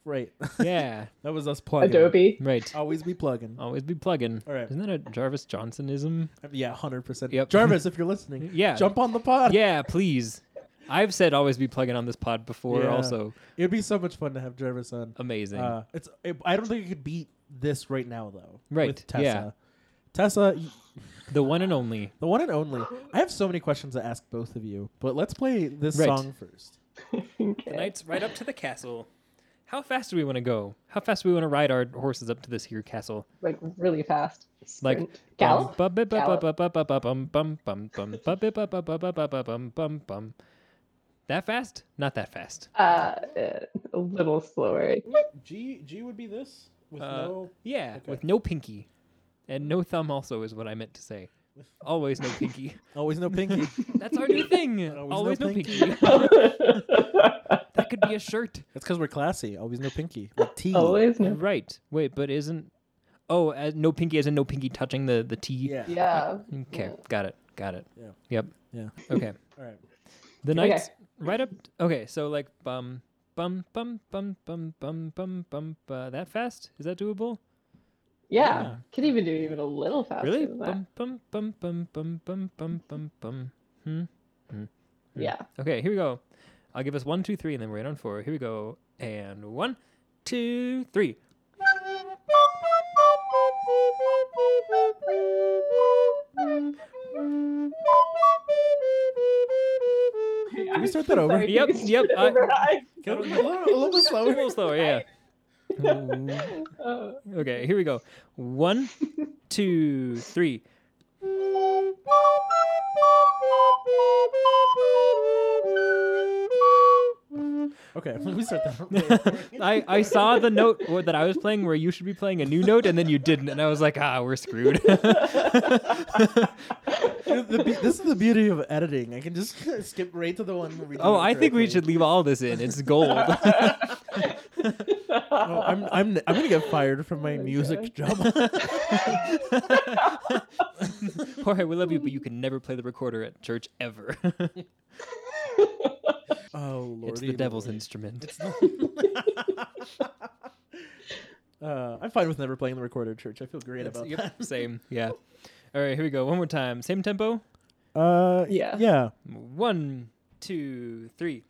[SPEAKER 2] Right. [laughs]
[SPEAKER 3] Yeah.
[SPEAKER 2] that was us plugging.
[SPEAKER 4] Adobe.
[SPEAKER 2] [laughs]
[SPEAKER 3] Right.
[SPEAKER 2] Always be plugging.
[SPEAKER 3] Always be plugging.
[SPEAKER 2] Oh. All right.
[SPEAKER 3] Isn't that a Jarvis
[SPEAKER 2] [laughs]
[SPEAKER 3] Johnsonism?
[SPEAKER 2] Yeah, 100%.
[SPEAKER 3] Yep.
[SPEAKER 2] Jarvis,
[SPEAKER 3] [laughs]
[SPEAKER 2] if you're listening,
[SPEAKER 3] Yeah.
[SPEAKER 2] jump on the pod.
[SPEAKER 3] yeah, please. I've said always be plugging on this pod before.
[SPEAKER 2] Yeah.
[SPEAKER 3] Also
[SPEAKER 2] It'd be so much fun to have Jarvis on.
[SPEAKER 3] amazing.
[SPEAKER 2] Uh, it's. It, I don't think you could beat this right now, though.
[SPEAKER 3] Right,
[SPEAKER 2] With Tessa.
[SPEAKER 3] yeah.
[SPEAKER 2] Tessa, y-
[SPEAKER 3] the one and only.
[SPEAKER 2] the one and only. I have so many questions to ask both of you, but let's play this
[SPEAKER 3] Right.
[SPEAKER 2] song first.
[SPEAKER 4] Okay.
[SPEAKER 3] The knight's right up to the castle. How fast do we want to go? How fast do we want to ride our horses up to this here castle?
[SPEAKER 4] Like really fast.
[SPEAKER 3] Like um,
[SPEAKER 4] Sprint. gallop.
[SPEAKER 3] Bum, bum, bum,
[SPEAKER 4] Gallop.
[SPEAKER 3] bum, bum, bum, bum, bum, bum, bum, bum, bum, bum, bum, bum, bum, bum, bum, bum, bum. That fast? Not that fast.
[SPEAKER 4] Uh, uh, a little slower.
[SPEAKER 2] G G would be this with
[SPEAKER 3] Uh, yeah,
[SPEAKER 2] okay.
[SPEAKER 3] with no pinky, and no thumb. Also, is what I meant to say. Always no
[SPEAKER 2] [laughs]
[SPEAKER 3] pinky.
[SPEAKER 2] always no
[SPEAKER 3] [laughs]
[SPEAKER 2] pinky.
[SPEAKER 3] That's our new [laughs] thing.
[SPEAKER 2] Always
[SPEAKER 3] Always,
[SPEAKER 2] no
[SPEAKER 3] no,
[SPEAKER 2] pinky.
[SPEAKER 3] pinky. [laughs] that could be a shirt.
[SPEAKER 2] That's because we're classy. Always no pinky. Like T.
[SPEAKER 4] Always no.
[SPEAKER 3] Right. Wait, but isn't Oh, uh, no pinky as in no pinky touching the the T.
[SPEAKER 2] Yeah.
[SPEAKER 4] Yeah.
[SPEAKER 3] Okay. Got it. Got it.
[SPEAKER 2] Yeah.
[SPEAKER 3] Yep.
[SPEAKER 2] Yeah.
[SPEAKER 3] Okay.
[SPEAKER 2] All right.
[SPEAKER 3] The knights right up Okay, so like bum bum bum bum bum bum bum bum uh, that fast? Is that doable?
[SPEAKER 4] Yeah.
[SPEAKER 3] Yeah.
[SPEAKER 4] Could even do even a little faster.
[SPEAKER 3] really? Um,
[SPEAKER 4] Than that.
[SPEAKER 3] Bum bum bum bum bum bum bum bum bum. Hmm.
[SPEAKER 4] Yeah.
[SPEAKER 3] Okay, here we go. I'll give us one, two, three, and then we're in on four. Here we go. And one, two, three.
[SPEAKER 4] Can
[SPEAKER 2] we start that over?
[SPEAKER 4] [laughs]
[SPEAKER 3] Yep, yep, I-
[SPEAKER 2] Can we- a little, a little bit
[SPEAKER 3] A
[SPEAKER 2] slower.
[SPEAKER 3] little slower, yeah.
[SPEAKER 4] [laughs] Oh.
[SPEAKER 3] Okay, here we go. One, two, three.
[SPEAKER 2] Okay, [laughs]
[SPEAKER 1] 뭐
[SPEAKER 2] let me start
[SPEAKER 1] [laughs]
[SPEAKER 2] that.
[SPEAKER 3] I, I saw the note where- that I was playing where you should be playing a new note and then you didn't, and I was like, ah, we're screwed. [laughs]
[SPEAKER 2] the, be- this is the beauty of editing. I can just [laughs] skip right to the one where we. do
[SPEAKER 3] oh,
[SPEAKER 2] it
[SPEAKER 3] I think we [laughs]
[SPEAKER 2] correctly.
[SPEAKER 3] should leave all this in. It's gold.
[SPEAKER 2] Oh,
[SPEAKER 4] [laughs]
[SPEAKER 2] I'm I'm I'm gonna get fired from my
[SPEAKER 4] Oh,
[SPEAKER 2] music
[SPEAKER 4] God. [laughs]
[SPEAKER 2] job.
[SPEAKER 3] Jorge, we love you, but you can never play the recorder at church ever. [laughs]
[SPEAKER 2] Oh lordy,
[SPEAKER 3] it's the devil's
[SPEAKER 2] lordy.
[SPEAKER 3] instrument.
[SPEAKER 2] Uh, I'm fine with never playing the recorder at church. I feel great
[SPEAKER 3] It's-
[SPEAKER 2] about [laughs]
[SPEAKER 3] yep, same. Yeah. All right, here we go. One more time. Same tempo.
[SPEAKER 2] that. Uh,
[SPEAKER 4] Yeah.
[SPEAKER 2] yeah.
[SPEAKER 3] One, two, three.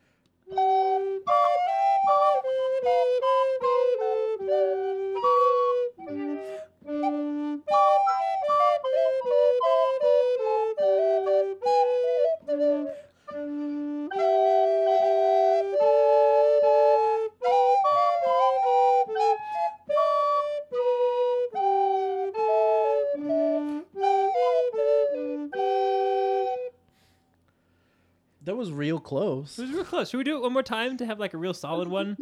[SPEAKER 2] That was real close.
[SPEAKER 3] It was real close. Should we do it one more time to have like a real solid
[SPEAKER 4] [laughs]
[SPEAKER 3] one?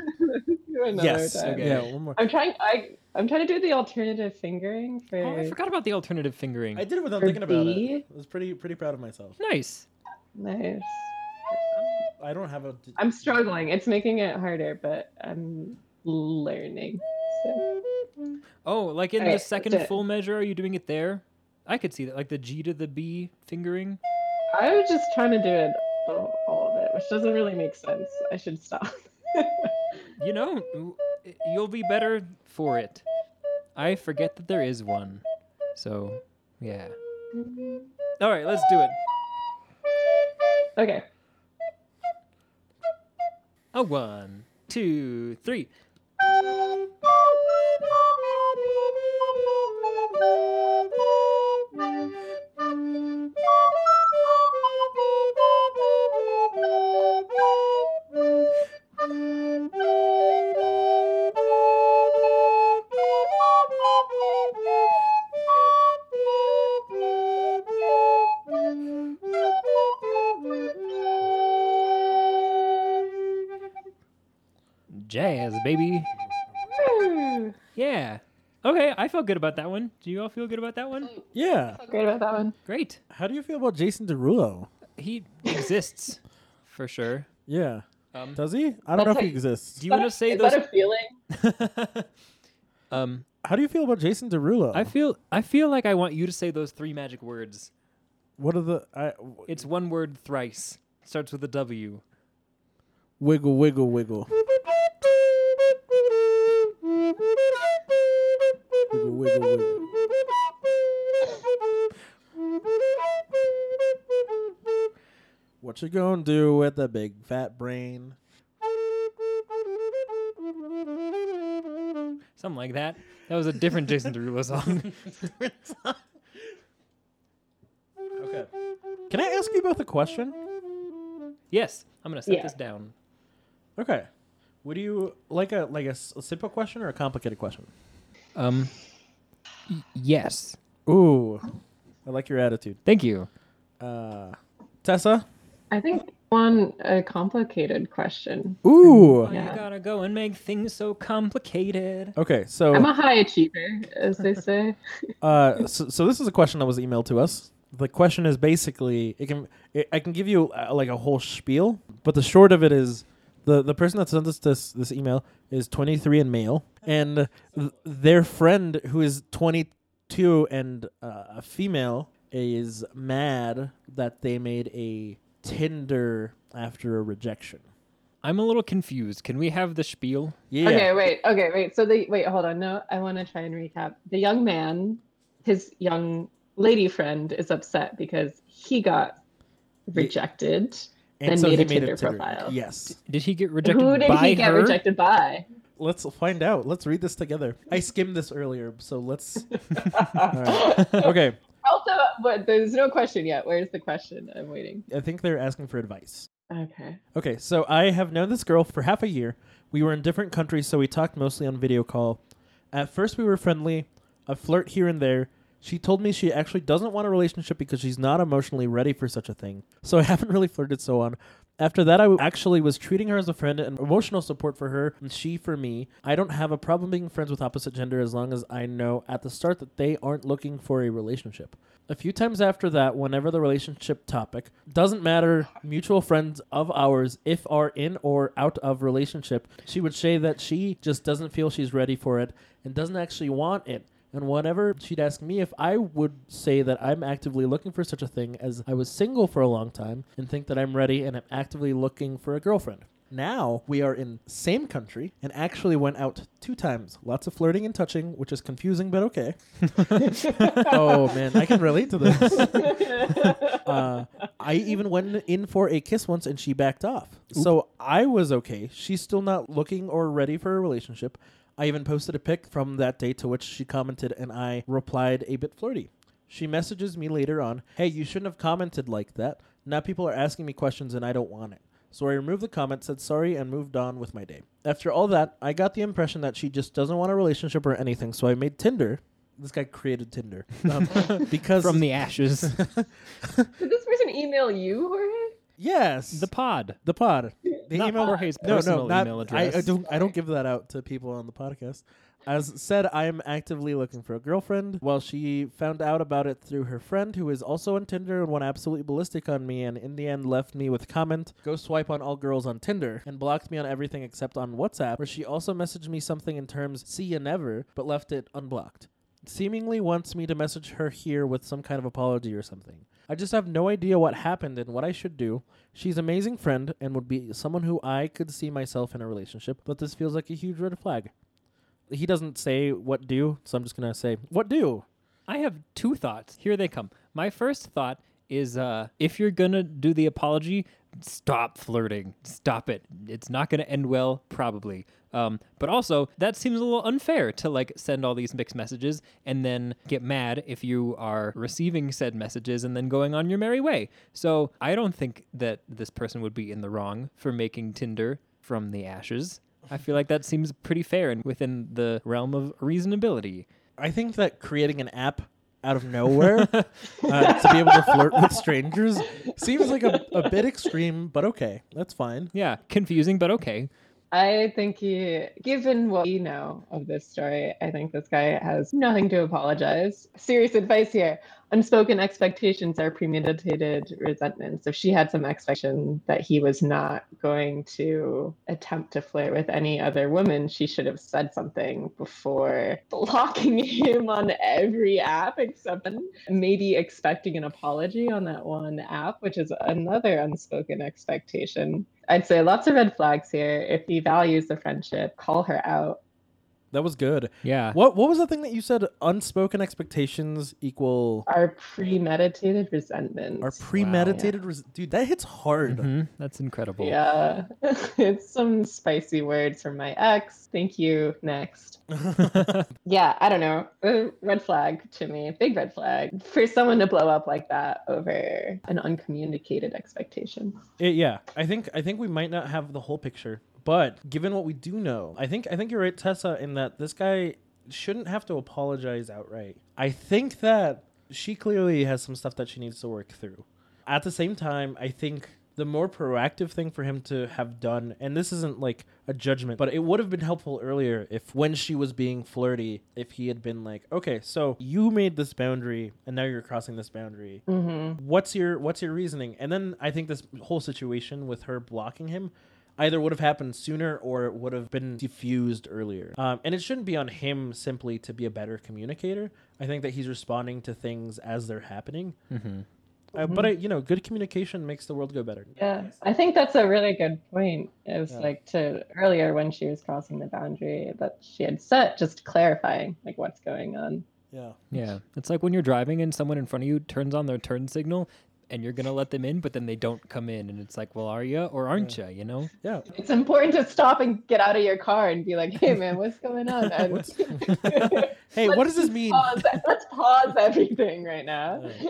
[SPEAKER 4] Another
[SPEAKER 2] Yes.
[SPEAKER 4] time.
[SPEAKER 3] okay.
[SPEAKER 2] Yeah. One more.
[SPEAKER 4] I'm trying. I I'm trying to do the alternative fingering for.
[SPEAKER 3] Oh, I forgot about the alternative fingering.
[SPEAKER 2] I did it without
[SPEAKER 4] For
[SPEAKER 2] thinking about it.
[SPEAKER 4] B?
[SPEAKER 2] I was pretty pretty proud of myself.
[SPEAKER 3] Nice.
[SPEAKER 4] Nice.
[SPEAKER 2] I don't have a. d-
[SPEAKER 4] I'm struggling. It's making it harder, but I'm learning. So.
[SPEAKER 3] Oh, like in the
[SPEAKER 4] Alright,
[SPEAKER 3] second
[SPEAKER 4] that's it.
[SPEAKER 3] full measure, are you doing it there? I could see that, like the G to the B fingering.
[SPEAKER 4] I was just trying to do it all all of it, which doesn't really make sense. I should stop. [laughs]
[SPEAKER 3] You know, w- you'll be better for it. I forget that there is one. So, yeah. All right, let's do it.
[SPEAKER 4] okay.
[SPEAKER 3] A one, two, three. Jazz, baby.
[SPEAKER 1] Hmm.
[SPEAKER 4] Woo.
[SPEAKER 3] Yeah. Okay, I felt good about that one. Do you all feel good about that one?
[SPEAKER 4] Oh.
[SPEAKER 2] Yeah.
[SPEAKER 4] Great about that one.
[SPEAKER 3] Great.
[SPEAKER 2] How do you feel about Jason Derulo?
[SPEAKER 3] He exists, [laughs] for sure.
[SPEAKER 2] Yeah.
[SPEAKER 3] Um,
[SPEAKER 2] Does he? I don't know if
[SPEAKER 4] how
[SPEAKER 2] he
[SPEAKER 4] you-
[SPEAKER 2] exists.
[SPEAKER 3] Do you want to say
[SPEAKER 4] Is
[SPEAKER 3] those?
[SPEAKER 4] that a feeling?
[SPEAKER 3] [laughs] um,
[SPEAKER 2] How do you feel about Jason Derulo?
[SPEAKER 3] I feel I feel like I want you to say those three magic words.
[SPEAKER 2] what are the I,
[SPEAKER 3] It's one word thrice. Starts with a W.
[SPEAKER 2] wiggle wiggle wiggle? Wiggle wiggle wiggle. What you gonna do with the big fat brain?
[SPEAKER 3] Something like that. That was a different Jason Derulo song. [laughs]
[SPEAKER 2] Okay. Can I ask you both a question?
[SPEAKER 3] yes, I'm gonna set
[SPEAKER 4] Yeah.
[SPEAKER 3] this down.
[SPEAKER 2] Okay. Would you like a like a, s- a simple question or a complicated question?
[SPEAKER 3] Um, y- yes.
[SPEAKER 2] Ooh, I like your attitude.
[SPEAKER 3] Thank you.
[SPEAKER 2] Uh, Tessa.
[SPEAKER 4] I think one a complicated question.
[SPEAKER 2] Ooh.
[SPEAKER 3] Why
[SPEAKER 4] Yeah.
[SPEAKER 3] you gotta go and make things so complicated?
[SPEAKER 2] Okay,
[SPEAKER 4] I'm
[SPEAKER 2] so
[SPEAKER 4] a high achiever, as they say.
[SPEAKER 2] uh, so, so this is a question that was emailed to us. The question is basically it can it, I can give you uh, like a whole spiel, but the short of it is the the person that sent us this this email is 23 and male, and th- their friend who is 22 and uh, a female is mad that they made a Tinder after a rejection.
[SPEAKER 3] I'm a little confused. Can we have the spiel?
[SPEAKER 2] Yeah.
[SPEAKER 4] Okay, wait. Okay, wait. So they wait. Hold on. No, I want to try and recap. The young man, his young lady friend, is upset because he got rejected.
[SPEAKER 2] And
[SPEAKER 4] Then
[SPEAKER 2] so
[SPEAKER 4] made
[SPEAKER 2] he
[SPEAKER 4] a
[SPEAKER 2] made a
[SPEAKER 4] Tinder
[SPEAKER 2] Tinder
[SPEAKER 4] profile.
[SPEAKER 2] Yes.
[SPEAKER 3] Did he get rejected
[SPEAKER 4] Who did
[SPEAKER 3] by
[SPEAKER 4] he get
[SPEAKER 3] her?
[SPEAKER 4] rejected by?
[SPEAKER 2] Let's find out. Let's read this together. I skimmed this earlier, so let's. All right. Okay,
[SPEAKER 4] Also, but there's no question yet. Where's the question? I'm waiting.
[SPEAKER 2] I think they're asking for advice.
[SPEAKER 4] Okay.
[SPEAKER 2] Okay, so I have known this girl for half a year. We were in different countries, so we talked mostly on video call. At first, we were friendly, a flirt here and there. She told me she [laughs] actually doesn't want a relationship because she's not emotionally ready for such a thing. So I haven't really flirted so on. After that, I w- actually was treating her as a friend and emotional support for her, and she for me. I don't have a problem being friends with opposite gender as long as I know at the start that they aren't looking for a relationship. A few times after that, whenever the relationship topic doesn't matter, mutual friends of ours, if are in or out of relationship, she would say that she just doesn't feel she's ready for it and doesn't actually want it. And whenever she'd ask me if I would say that I'm actively looking for such a thing, as I was single for a long time and think that I'm ready and I'm actively looking for a girlfriend. Now we are in same country and actually went out two times. Lots of flirting and touching, which is confusing but okay. [laughs] oh man, I can relate to this. uh, I even went in for a kiss once and she backed off. So I was okay. She's still not looking or ready for a relationship. I even posted a pic from that day to which she commented and I replied a bit flirty. She messages me later on, hey, you shouldn't have commented like that. Now people are asking me questions and I don't want it. So I removed the comment, said sorry, and moved on with my day. After all that, I got the impression that she just doesn't want a relationship or anything, so I made Tinder. This guy created Tinder. [laughs] Um, because
[SPEAKER 3] [laughs] From
[SPEAKER 2] [laughs]
[SPEAKER 3] the ashes,
[SPEAKER 4] Did this person email you, Jorge?
[SPEAKER 2] Yes.
[SPEAKER 3] the pod.
[SPEAKER 2] The pod. The
[SPEAKER 3] Not
[SPEAKER 2] email
[SPEAKER 3] Jorge's
[SPEAKER 2] no, no,
[SPEAKER 3] personal
[SPEAKER 2] not,
[SPEAKER 3] email
[SPEAKER 2] I- I, uh,
[SPEAKER 3] address.
[SPEAKER 2] don't. I don't give that out to people on the podcast. As said, I am actively looking for a girlfriend. Well, she found out about it through her friend, who is also on Tinder and went absolutely ballistic on me, and in the end left me with comment, "Go swipe on all girls on Tinder," and blocked me on everything except on WhatsApp, where she also messaged me something in terms "see ya never," but left it unblocked seemingly wants me to message her here with some kind of apology or something. I just have no idea what happened and what I should do. She's an amazing friend and would be someone who I could see myself in a relationship, but this feels like a huge red flag. He doesn't say what do, so I'm just going to say, what do?
[SPEAKER 3] I have two thoughts. Here they come. My first thought is uh, if you're going to do the apology, stop flirting. Stop it. It's not going to end well, probably. Um, but also, that seems a little unfair to like send all these mixed messages and then get mad if you are receiving said messages and then going on your merry way. So I don't think that this person would be in the wrong for making Tinder from the ashes. I feel like that seems pretty fair and within the realm of reasonability.
[SPEAKER 2] I think that creating an app out of [laughs] nowhere uh, to be able to flirt with strangers seems like a, a bit extreme, but okay, that's fine.
[SPEAKER 3] Yeah, confusing, but okay.
[SPEAKER 4] I think he, given what we know of this story, I think this guy has nothing to apologize. Serious advice here. Unspoken expectations are premeditated resentments. If she had some expectation that he was not going to attempt to flirt with any other woman, she should have said something before blocking [laughs] him on every app except one. maybe expecting an apology on that one app, which is another unspoken expectation. I'd say lots of red flags here. If he values the friendship, call her out.
[SPEAKER 2] That was good.
[SPEAKER 3] Yeah.
[SPEAKER 2] What what was the thing that you said? Unspoken expectations equal
[SPEAKER 4] Our premeditated resentments.
[SPEAKER 2] are premeditated. Res- Dude, that hits hard.
[SPEAKER 3] Mhm, That's incredible.
[SPEAKER 4] yeah. [laughs] it's some spicy words from my ex. Thank you. Next.
[SPEAKER 2] [laughs]
[SPEAKER 4] Yeah, I don't know. A red flag to me. Big red flag for someone to blow up like that over an uncommunicated expectation.
[SPEAKER 2] Eh, yeah, I think I think we might not have the whole picture, but given what we do know, I think I think you're right, Tessa, in that this guy shouldn't have to apologize outright. I think that she clearly has some stuff that she needs to work through. At the same time, I think the more proactive thing for him to have done, and this isn't like a judgment, but it would have been helpful earlier if when she was being flirty, if he had been like, okay, so you made this boundary and now you're crossing this boundary
[SPEAKER 4] Mm-hmm.
[SPEAKER 2] what's your what's your reasoning and then i think this whole situation with her blocking him either would have happened sooner or it would have been diffused earlier um, and it shouldn't be on him simply to be a better communicator i think that he's responding to things as they're happening Uh, but I, you know good communication makes the world go better
[SPEAKER 4] Yeah, I think that's a really good point. It was
[SPEAKER 2] Yeah.
[SPEAKER 4] like to earlier when she was crossing the boundary that she had set, just clarifying like what's going on.
[SPEAKER 2] yeah
[SPEAKER 3] Yeah. It's like when you're driving and someone in front of you turns on their turn signal and you're going to let them in, but then they don't come in. And it's like, well, are you or aren't you? You know?
[SPEAKER 2] yeah
[SPEAKER 4] It's important to stop and get out of your car and be like, "Hey, man, what's going
[SPEAKER 2] [laughs]
[SPEAKER 4] on?" And
[SPEAKER 2] What's-
[SPEAKER 4] [laughs]
[SPEAKER 2] [laughs] hey what does this mean
[SPEAKER 4] pause, let's pause everything right now.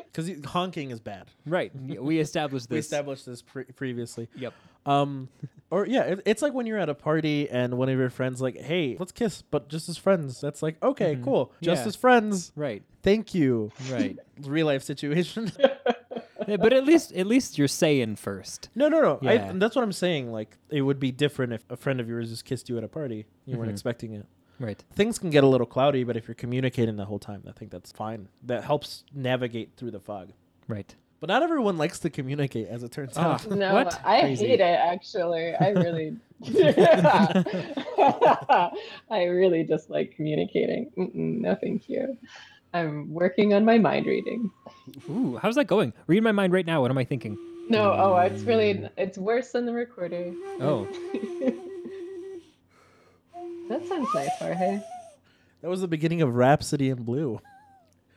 [SPEAKER 2] because honking is bad
[SPEAKER 3] Right. y- We established
[SPEAKER 2] we
[SPEAKER 3] this.
[SPEAKER 2] established this pre- previously
[SPEAKER 3] Yep.
[SPEAKER 2] Um, or yeah, it, it's like when you're at a party and one of your friends like, "Hey, let's kiss," but just as friends. That's like, okay, cool, just
[SPEAKER 3] Mm-hmm.
[SPEAKER 2] [laughs]
[SPEAKER 3] Yeah.
[SPEAKER 2] as friends.
[SPEAKER 3] Right.
[SPEAKER 2] Thank you.
[SPEAKER 3] Right.
[SPEAKER 2] Real life situation. [laughs]
[SPEAKER 3] Yeah, but at least at least you're saying first.
[SPEAKER 2] No, no, no. I,
[SPEAKER 3] Yeah.
[SPEAKER 2] that's what I'm saying. Like, it would be different if a friend of yours just kissed you at a party. You weren't
[SPEAKER 3] Mhm.
[SPEAKER 2] expecting it.
[SPEAKER 3] Right.
[SPEAKER 2] Things can get a little cloudy, but if you're communicating the whole time, I think that's fine. That helps navigate through the fog.
[SPEAKER 3] Right.
[SPEAKER 2] But not everyone likes to communicate, as it turns
[SPEAKER 3] Ah.
[SPEAKER 2] out.
[SPEAKER 4] No,
[SPEAKER 3] What?
[SPEAKER 4] I
[SPEAKER 3] Crazy.
[SPEAKER 4] hate it actually. I really [laughs] I really dislike communicating. Mm-mm, no, thank you. I'm working on my mind reading.
[SPEAKER 3] Ooh, how's that going? Read my mind right now. What am I thinking?
[SPEAKER 4] No, oh, it's really it's worse than the recorder. [laughs]
[SPEAKER 3] Oh,
[SPEAKER 4] That sounds nice, Jorge.
[SPEAKER 2] That was the beginning of Rhapsody in Blue.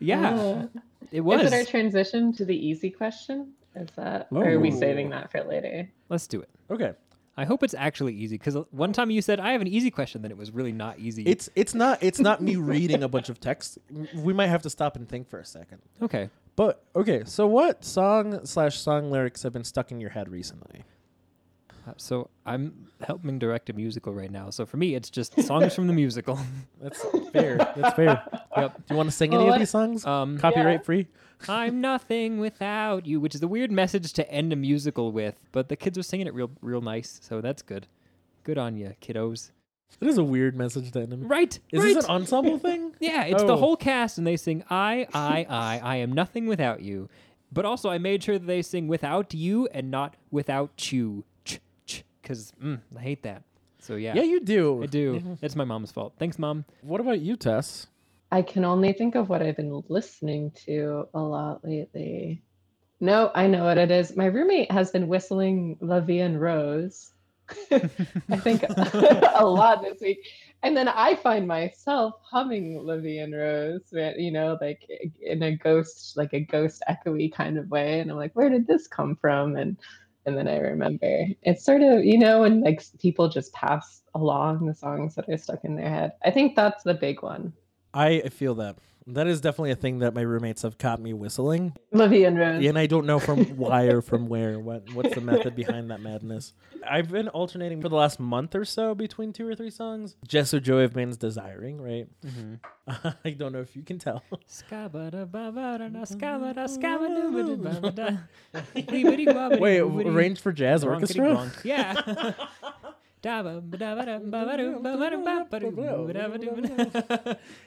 [SPEAKER 3] yeah, it
[SPEAKER 4] Is
[SPEAKER 3] was.
[SPEAKER 4] it our transition to the easy question? Is that or are we
[SPEAKER 2] Ooh.
[SPEAKER 4] saving that for later?
[SPEAKER 3] Let's do it.
[SPEAKER 2] Okay,
[SPEAKER 3] I hope it's actually easy because one time you said I have an easy question, then it was really not easy.
[SPEAKER 2] it's it's not it's not me reading a bunch of text. We might have to stop and think for a second.
[SPEAKER 3] okay.
[SPEAKER 2] But okay, so what song slash song lyrics have been stuck in your head recently?
[SPEAKER 3] Uh, So I'm helping direct a musical right now. So for me, it's just songs from the
[SPEAKER 2] [laughs]
[SPEAKER 3] musical.
[SPEAKER 2] That's
[SPEAKER 3] [laughs]
[SPEAKER 2] fair. That's fair.
[SPEAKER 3] Yep.
[SPEAKER 2] Do you want to sing
[SPEAKER 4] Well,
[SPEAKER 2] any
[SPEAKER 4] what-
[SPEAKER 2] of these songs?
[SPEAKER 3] Um,
[SPEAKER 2] Copyright free.
[SPEAKER 3] I'm nothing without you, which is a weird message to end a musical with, but the kids are singing it real, real nice, so that's good. Good on you, kiddos.
[SPEAKER 2] It is a weird message to end. them.
[SPEAKER 3] Right,
[SPEAKER 2] Is
[SPEAKER 3] right.
[SPEAKER 2] this an ensemble thing?
[SPEAKER 3] [laughs] yeah, it's the
[SPEAKER 2] Oh.
[SPEAKER 3] whole cast, and they sing "I, I, I, I am nothing without you." But also, I made sure that they sing "without you" and not "without you," ch ch, because mm, I hate that. So yeah,
[SPEAKER 2] Yeah, you do. [laughs]
[SPEAKER 3] I do. That's my mom's fault. Thanks, mom.
[SPEAKER 2] What about you, Tess?
[SPEAKER 4] I can only think of what I've been listening to a lot lately. No, I know what it is. My roommate has been whistling La Vie en Rose, [laughs] I think, [laughs] a lot this week. And then I find myself humming La Vie en Rose, but, you know, like in a ghost, like a ghost echoey kind of way. And I'm like, where did this come from? And and then I remember it's sort of you know when like people just pass along the songs that are stuck in their head. I think that's the big one.
[SPEAKER 2] I feel that. That is definitely a thing that my roommates have caught me whistling,
[SPEAKER 4] Livy and Rose.
[SPEAKER 2] and I don't know from why or from where. What what's the method behind that madness? I've been alternating for the last month or so between two or three songs. Jess or Joey of Man's "Desiring," right? [laughs] I don't know if you can [laughs] tell. Wait,
[SPEAKER 3] Wait,
[SPEAKER 2] arranged for jazz orchestra.
[SPEAKER 3] Yeah.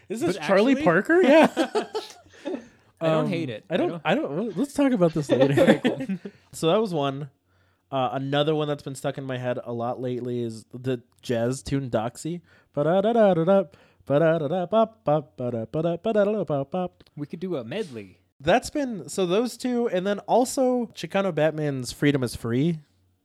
[SPEAKER 2] Is this
[SPEAKER 3] But
[SPEAKER 2] Charlie
[SPEAKER 3] actually-
[SPEAKER 2] [laughs] Parker? Yeah.
[SPEAKER 3] I don't
[SPEAKER 2] Um,
[SPEAKER 3] hate it.
[SPEAKER 2] I don't. I don't. well, Let's talk about this [laughs] later. so that was one. Uh, another one that's been stuck in my head a lot lately is the jazz tune Doxy. Ba-da-da-da-da-da, ba-da-da-da-bop, bop, ba-da, ba-da, ba-da-da-da-bop.
[SPEAKER 3] We could do a medley.
[SPEAKER 2] That's been so those two, and then also Chicano Batman's "Freedom Is Free."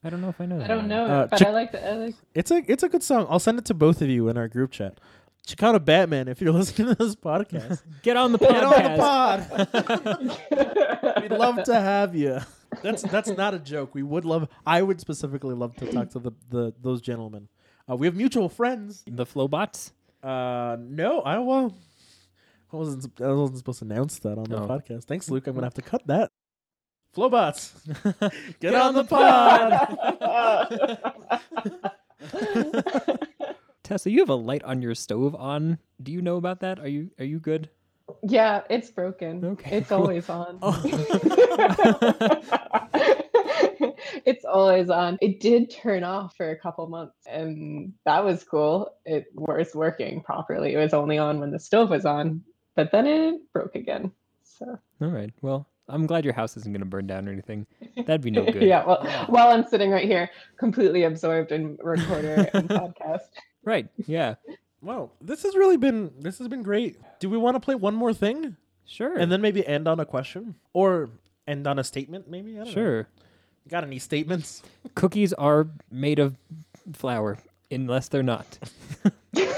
[SPEAKER 3] I don't know if I know.
[SPEAKER 4] I don't know,
[SPEAKER 2] Uh,
[SPEAKER 4] but
[SPEAKER 2] Chick-
[SPEAKER 4] I like the. I like,
[SPEAKER 2] It's a it's a good song. I'll send it to both of you in our group chat. Chicano Batman, if you're [laughs] listening to this podcast,
[SPEAKER 3] Get on the podcast.
[SPEAKER 2] get on the pod. We'd love to have you. That's that's not a joke. We would love. I would specifically love to talk to the, the those gentlemen. Uh, we have mutual friends.
[SPEAKER 3] The Flowbots.
[SPEAKER 2] Uh, no, I well, I wasn't I wasn't supposed to announce that on the
[SPEAKER 3] Oh.
[SPEAKER 2] podcast. Thanks, Luke. I'm gonna have to cut that. Flowbots, [laughs] get, on, the, pod.
[SPEAKER 3] Tessa, you have a light on your stove on. Do you know about that? Are you are you good?
[SPEAKER 4] [laughs] yeah, it's broken.
[SPEAKER 3] Okay,
[SPEAKER 4] it's
[SPEAKER 3] cool.
[SPEAKER 4] always on. [laughs] it's always on. It did turn off for a couple months, and that was cool. It was working properly. It was only on when the stove was on, but then it broke again. So
[SPEAKER 3] All right. Well, I'm glad your house isn't going to burn down or anything. That'd be no Oh, good.
[SPEAKER 4] [laughs] yeah, well, while I'm sitting right here, completely absorbed in recorder and podcast.
[SPEAKER 3] Right. Yeah.
[SPEAKER 2] [laughs] Wow, this has really been this has been great. Do we want to play one more thing
[SPEAKER 3] Sure.
[SPEAKER 2] and then maybe end on a question or end on a statement? Maybe I don't know.
[SPEAKER 3] sure.
[SPEAKER 2] Got any statements? [laughs]
[SPEAKER 3] Cookies are made of flour, unless they're not.
[SPEAKER 2] [laughs]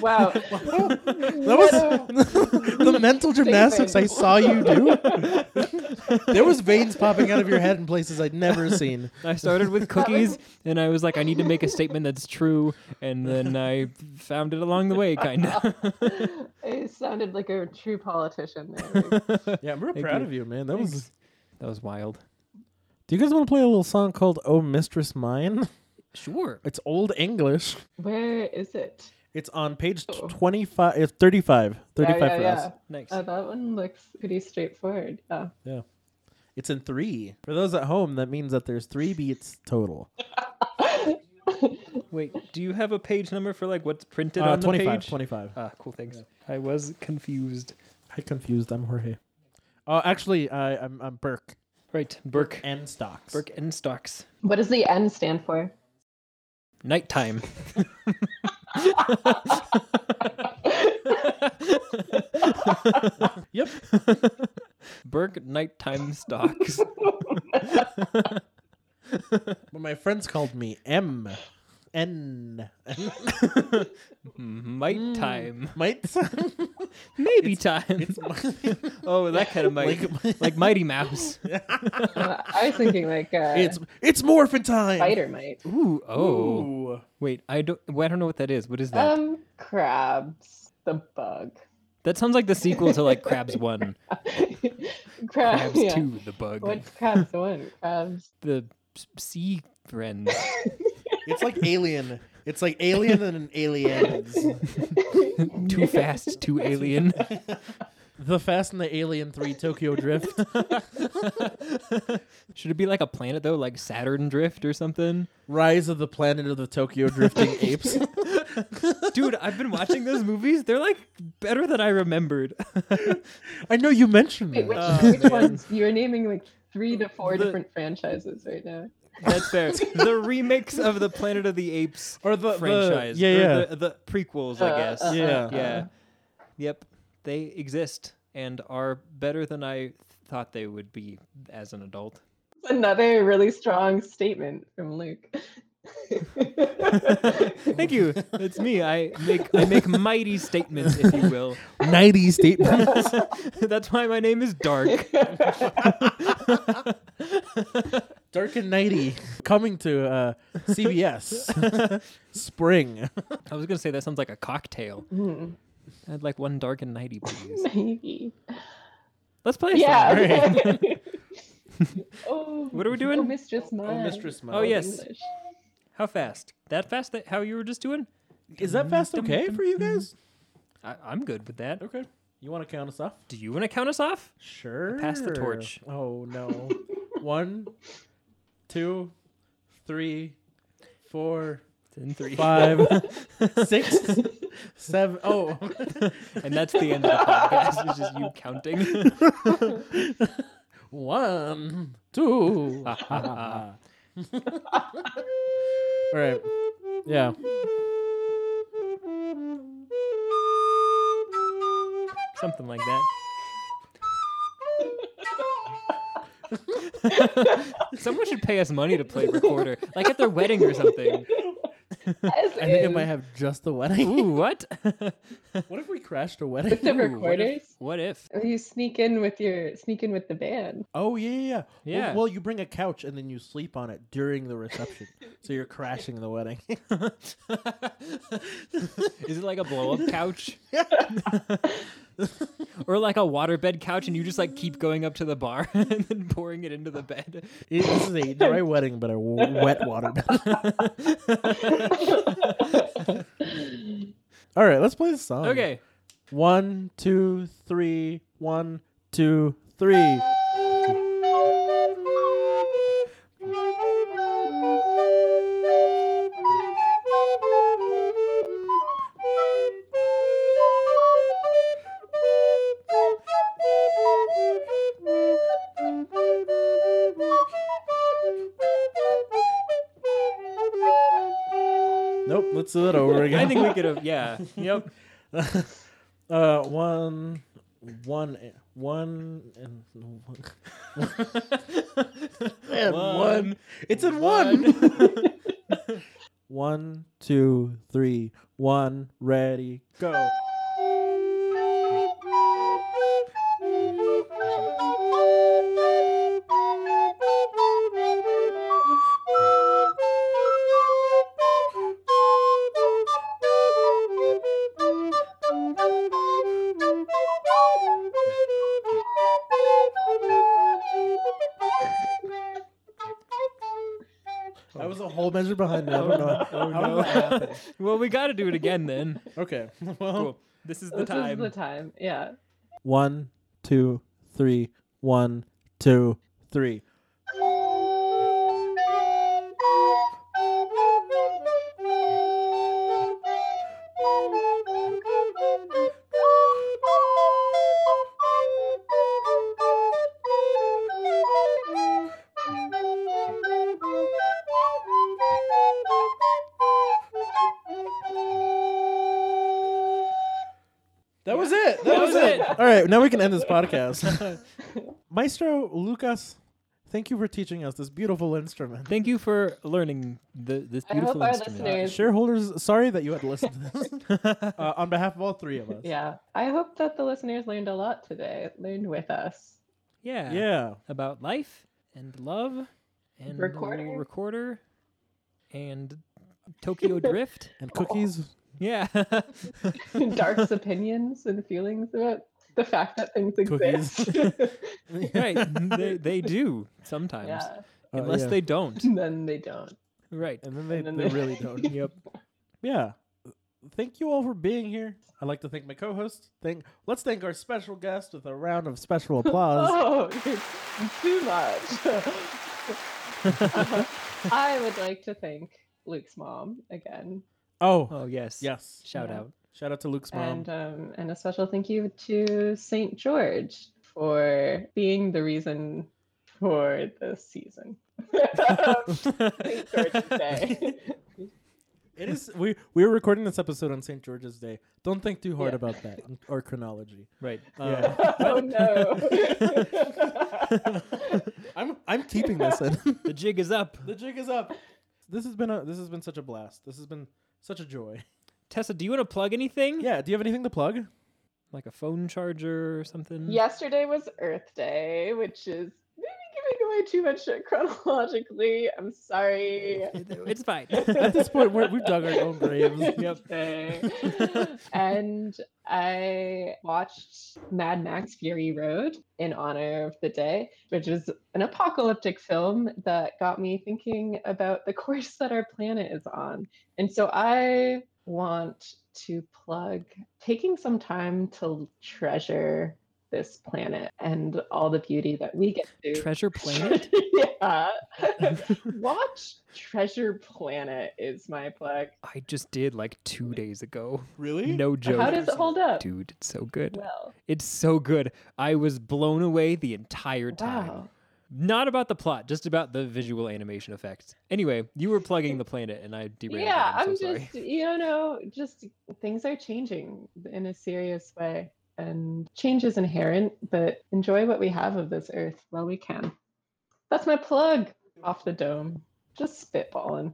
[SPEAKER 4] Wow. [laughs]
[SPEAKER 2] That was the mental gymnastics I saw you [laughs] do. there was veins popping out of your head in places I'd never seen.
[SPEAKER 3] I
[SPEAKER 2] [laughs]
[SPEAKER 3] started with cookies, and I was like, I need to make a statement that's true, and then I found it along the way, kind of.
[SPEAKER 4] It sounded like a true politician. There.
[SPEAKER 2] Yeah, I'm real
[SPEAKER 3] Thank
[SPEAKER 2] proud
[SPEAKER 3] you.
[SPEAKER 2] of you, man. [laughs] That was.
[SPEAKER 3] [laughs] That was wild.
[SPEAKER 2] Do you guys want to play a little song called "Oh Mistress Mine"?
[SPEAKER 3] Sure.
[SPEAKER 2] It's old English.
[SPEAKER 4] Where is it?
[SPEAKER 2] It's on page
[SPEAKER 4] Oh.
[SPEAKER 2] 25, uh, 35, 35
[SPEAKER 4] yeah,
[SPEAKER 2] for
[SPEAKER 4] yeah, Oh,
[SPEAKER 2] us.
[SPEAKER 3] Nice.
[SPEAKER 4] yeah. Uh, that one looks pretty straightforward. Yeah.
[SPEAKER 2] It's in three. For those at home, that means that there's three beats total.
[SPEAKER 3] Wait, do you have a page number for like what's printed
[SPEAKER 2] Uh,
[SPEAKER 3] on the
[SPEAKER 2] 25,
[SPEAKER 3] page?
[SPEAKER 2] 25.
[SPEAKER 3] Ah, cool. Thanks. I was confused.
[SPEAKER 2] I confused. I'm Jorge. Oh, actually, I, I'm, I'm Burke.
[SPEAKER 3] Right, Burke.
[SPEAKER 2] And Stocks.
[SPEAKER 3] Burke and stocks.
[SPEAKER 4] what does the N
[SPEAKER 2] [laughs]
[SPEAKER 4] stand for?
[SPEAKER 3] Nighttime. [laughs]
[SPEAKER 2] Yep.
[SPEAKER 3] Burke nighttime stocks.
[SPEAKER 2] But my friends called me M. N.
[SPEAKER 3] Might time.
[SPEAKER 2] Might
[SPEAKER 3] Hmm. Maybe time.
[SPEAKER 2] it's mi-
[SPEAKER 3] oh, that kind of might.
[SPEAKER 2] Like-
[SPEAKER 3] [laughs] Like, Mighty Mouse.
[SPEAKER 4] Uh, I was thinking like uh,
[SPEAKER 2] [laughs] it's it's morphin time.
[SPEAKER 4] spider mite.
[SPEAKER 3] Ooh, Uh, oh.
[SPEAKER 2] Ooh.
[SPEAKER 3] Wait, I don't well, I don't know what that is. What is that?
[SPEAKER 4] Um, crabs. The bug. [laughs]
[SPEAKER 3] that sounds like the sequel to like [laughs] Crabs 1,
[SPEAKER 4] crabs.
[SPEAKER 3] Crabs
[SPEAKER 4] yeah.
[SPEAKER 3] 2, the bug.
[SPEAKER 4] What's crabs one? Crabs.
[SPEAKER 3] The s- sea friends.
[SPEAKER 2] It's like alien. It's like alien and an aliens.
[SPEAKER 3] too fast, too [laughs] alien.
[SPEAKER 2] the Fast and the Alien Three Tokyo Drift.
[SPEAKER 3] Should it be like a planet though, like Saturn drift or something?
[SPEAKER 2] Rise of the Planet of the Tokyo Drifting Apes.
[SPEAKER 3] Dude, I've been watching those movies. They're like better than I remembered.
[SPEAKER 2] I know you mentioned that.
[SPEAKER 4] Wait, which,
[SPEAKER 3] Oh,
[SPEAKER 4] which
[SPEAKER 3] man.
[SPEAKER 4] ones? You're naming like three to four
[SPEAKER 3] The-
[SPEAKER 4] different franchises right now.
[SPEAKER 3] [laughs] That's fair. the remakes of the Planet of the [laughs] Apes
[SPEAKER 2] or the the-
[SPEAKER 3] franchise.
[SPEAKER 2] yeah,
[SPEAKER 3] or
[SPEAKER 2] yeah,
[SPEAKER 3] The, the prequels, I
[SPEAKER 4] Uh,
[SPEAKER 3] guess.
[SPEAKER 4] uh,
[SPEAKER 2] Yeah.
[SPEAKER 3] yeah. Yep. They exist and are better than I thought they would be as an adult.
[SPEAKER 4] It's another really strong statement from Luke.
[SPEAKER 3] Thank you. It's me. I make I make mighty statements, if you will.
[SPEAKER 2] nighty [laughs] statement.
[SPEAKER 3] [laughs] That's why my name is [laughs] Dark.
[SPEAKER 2] Dark and nighty coming to uh, CBS [laughs] spring.
[SPEAKER 3] I was gonna say that sounds like a cocktail.
[SPEAKER 4] Hmm,
[SPEAKER 3] I'd like one dark and nighty, please.
[SPEAKER 4] Maybe.
[SPEAKER 3] Let's play. a
[SPEAKER 4] Yeah.
[SPEAKER 3] song. [laughs]
[SPEAKER 4] okay. [laughs] oh,
[SPEAKER 3] What are we
[SPEAKER 4] oh,
[SPEAKER 3] doing?
[SPEAKER 4] Mistress Mud.
[SPEAKER 3] Oh,
[SPEAKER 2] yeah.
[SPEAKER 3] yes.
[SPEAKER 4] [laughs] English.
[SPEAKER 3] How fast? That fast? That how you were just doing?
[SPEAKER 2] Is that fast okay for you guys?
[SPEAKER 3] I, I'm good with that.
[SPEAKER 2] Okay. You want to count us off?
[SPEAKER 3] Do you want to count us off?
[SPEAKER 2] Sure.
[SPEAKER 3] Pass the torch.
[SPEAKER 2] Oh no. One, two, three, four,
[SPEAKER 3] In three, [laughs]
[SPEAKER 2] five, six, [laughs] seven. Oh,
[SPEAKER 3] and that's the end of the podcast. It's just you counting.
[SPEAKER 2] [laughs] one, [laughs] two. All right. Yeah.
[SPEAKER 3] Something like that. [laughs] Someone should pay us money to play recorder, like at their wedding or something.
[SPEAKER 4] As
[SPEAKER 2] I think I
[SPEAKER 4] is.
[SPEAKER 2] might have just the wedding.
[SPEAKER 3] Ooh, what?
[SPEAKER 2] [laughs]
[SPEAKER 3] [laughs]
[SPEAKER 2] What if we crashed a wedding?
[SPEAKER 4] With the
[SPEAKER 3] Ooh, what if-
[SPEAKER 4] recorders,
[SPEAKER 3] What if? [laughs]
[SPEAKER 4] you sneak in with your sneak in with the band.
[SPEAKER 2] Oh yeah, yeah. yeah. Well,
[SPEAKER 3] Yeah.
[SPEAKER 2] well, you bring a couch and then you sleep on it during the reception, so you're crashing the wedding. [laughs]
[SPEAKER 3] Is it like a blow [laughs] up couch? or like a waterbed couch and you just like keep going up to the bar [laughs] and then pouring it into the bed. [laughs]
[SPEAKER 2] It- this is a dry wedding, but a w- wet water bed. [laughs] All right, let's play this song.
[SPEAKER 3] Okay.
[SPEAKER 2] One, two, three. One, two, three. Nope, let's do that
[SPEAKER 3] [laughs]
[SPEAKER 2] over again.
[SPEAKER 3] I think we could have yeah. Yep.
[SPEAKER 2] [laughs] Uh, one, one, a- one, and [laughs] one. and one. It's in one. [laughs] one, two, three, one. Ready, go. That was a whole measure behind me. I don't know.
[SPEAKER 3] [laughs] Oh,
[SPEAKER 2] how
[SPEAKER 3] no.
[SPEAKER 2] did that happen.
[SPEAKER 3] [laughs] Well we gotta do it again then.
[SPEAKER 2] Okay. Well,
[SPEAKER 3] Cool. This is the
[SPEAKER 4] this
[SPEAKER 3] time.
[SPEAKER 4] is the time. Yeah.
[SPEAKER 2] one, two, three, one, two, three. three. That was it. That, was, it. [laughs] All right, now we can end this podcast. [laughs] Maestro Lucas, thank you for teaching us this beautiful instrument.
[SPEAKER 3] [laughs] Thank you for learning the, this
[SPEAKER 4] I hope
[SPEAKER 3] beautiful
[SPEAKER 4] our
[SPEAKER 3] instrument.
[SPEAKER 4] listeners
[SPEAKER 2] Shareholders, sorry that you had to listen to this. uh, on behalf of all three of us.
[SPEAKER 4] Yeah, I hope that the listeners learned a lot today, learned with us. [laughs]
[SPEAKER 3] Yeah.
[SPEAKER 2] Yeah.
[SPEAKER 3] About life and love and
[SPEAKER 4] Recorder.
[SPEAKER 3] recorder and Tokyo Drift.
[SPEAKER 2] And cookies.
[SPEAKER 3] Yeah. [laughs]
[SPEAKER 4] Dark's opinions and feelings about the fact that things
[SPEAKER 2] Cookies.
[SPEAKER 4] exist.
[SPEAKER 3] right. They, they do sometimes.
[SPEAKER 4] yeah,
[SPEAKER 2] Uh,
[SPEAKER 3] Unless
[SPEAKER 2] yeah.
[SPEAKER 3] they don't.
[SPEAKER 4] and then they don't.
[SPEAKER 2] [laughs]
[SPEAKER 3] Right.
[SPEAKER 2] And then they,
[SPEAKER 4] And then
[SPEAKER 2] they
[SPEAKER 4] they-
[SPEAKER 2] really don't.
[SPEAKER 3] Yep.
[SPEAKER 2] yeah. Thank you all for being here. I'd like to thank my co host. Thank let's thank our special guest with a round of special
[SPEAKER 4] [laughs]
[SPEAKER 2] applause.
[SPEAKER 4] Oh, it's too much. Uh-huh. I would like to thank Luke's mom again,
[SPEAKER 2] oh,
[SPEAKER 3] Oh, yes.
[SPEAKER 2] yes.
[SPEAKER 3] Shout
[SPEAKER 4] Yeah.
[SPEAKER 3] out.
[SPEAKER 2] Shout out to Luke's mom.
[SPEAKER 4] and um, and a special thank you to Saint George for being the reason for this season. [laughs] Saint George's Day.
[SPEAKER 2] it is we we were recording this episode on St. George's Day. Don't think too hard
[SPEAKER 4] Yeah.
[SPEAKER 2] about that or chronology.
[SPEAKER 3] [laughs] Right. Um,
[SPEAKER 2] Uh,
[SPEAKER 4] [laughs] oh [laughs] no.
[SPEAKER 2] [laughs] I'm I'm keeping this
[SPEAKER 4] [laughs]
[SPEAKER 2] in.
[SPEAKER 3] the jig is up.
[SPEAKER 2] the jig is up. This has been a this has been such a blast. This has been such a joy.
[SPEAKER 3] Tessa, do you want to plug anything?
[SPEAKER 2] Yeah, do you have anything to plug?
[SPEAKER 3] Like a phone charger or something?
[SPEAKER 4] Yesterday was Earth Day, which is maybe giving away too much shit chronologically. I'm sorry.
[SPEAKER 3] It's fine.
[SPEAKER 2] [laughs] At this point, we're, we've dug our own graves. Yep.
[SPEAKER 4] Okay. [laughs] and I watched Mad Max Fury Road in honor of the day, which is an apocalyptic film that got me thinking about the [laughs] course that our planet is on. And so I want to plug taking some time to treasure this planet and all the beauty that we get to
[SPEAKER 3] [laughs] Treasure Planet?
[SPEAKER 4] [laughs] yeah. Watch Treasure Planet is my plug.
[SPEAKER 3] I just did like two days ago.
[SPEAKER 2] Really?
[SPEAKER 3] No joke.
[SPEAKER 4] How does it hold up?
[SPEAKER 3] Dude, it's so good.
[SPEAKER 4] Well,
[SPEAKER 3] It's so good. I was blown away the entire time.
[SPEAKER 4] wow.
[SPEAKER 3] Not about the plot, just about the visual animation effects. Anyway, you were plugging the planet and I derailed.
[SPEAKER 4] Yeah,
[SPEAKER 3] it. I'm,
[SPEAKER 4] I'm
[SPEAKER 3] so sorry.
[SPEAKER 4] just, you know, just things are changing in a serious way. And change is inherent, but enjoy what we have of this earth while we can. That's my plug off the dome. Just spitballing.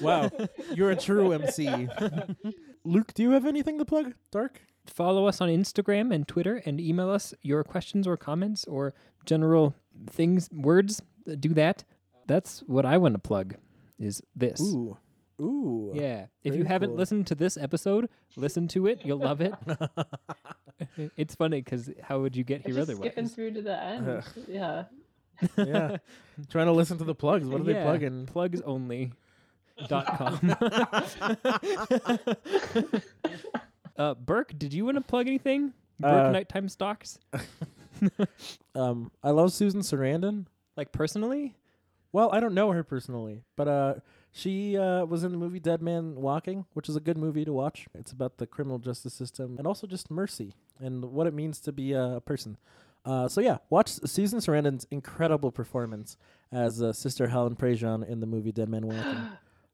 [SPEAKER 2] Wow. You're a
[SPEAKER 4] [laughs]
[SPEAKER 2] true MC. Luke, do you have anything to plug? Dark?
[SPEAKER 3] Follow us on Instagram and Twitter and email us your questions or comments or general things, words. Do that. That's what I want to plug is this.
[SPEAKER 2] Ooh. Ooh.
[SPEAKER 3] Yeah. If you
[SPEAKER 2] Very
[SPEAKER 3] haven't
[SPEAKER 2] cool.
[SPEAKER 3] listened to this episode, listen to it. You'll
[SPEAKER 2] [laughs]
[SPEAKER 3] love it. [laughs] it's funny because how would you get here
[SPEAKER 4] Just skipping
[SPEAKER 3] otherwise?
[SPEAKER 4] through to the
[SPEAKER 3] [laughs]
[SPEAKER 4] end. Yeah.
[SPEAKER 2] Yeah. Trying to listen to the plugs. What are they
[SPEAKER 3] Yeah,
[SPEAKER 2] plugging? [laughs]
[SPEAKER 3] Plugs only. dot com. [laughs] uh, Burke, did you want to plug anything? Burke
[SPEAKER 2] Uh,
[SPEAKER 3] nighttime stocks,
[SPEAKER 2] Um, I love Susan Sarandon.
[SPEAKER 3] like personally.
[SPEAKER 2] Well, I don't know her personally, but uh, she uh, was in the movie Dead Man Walking, which is a good movie to watch. It's about the criminal justice system and also just mercy and what it means to be a person. Uh, so yeah, watch Susan Sarandon's incredible performance as uh, Sister Helen Prejean in the movie Dead Man
[SPEAKER 4] [gasps]
[SPEAKER 2] Walking.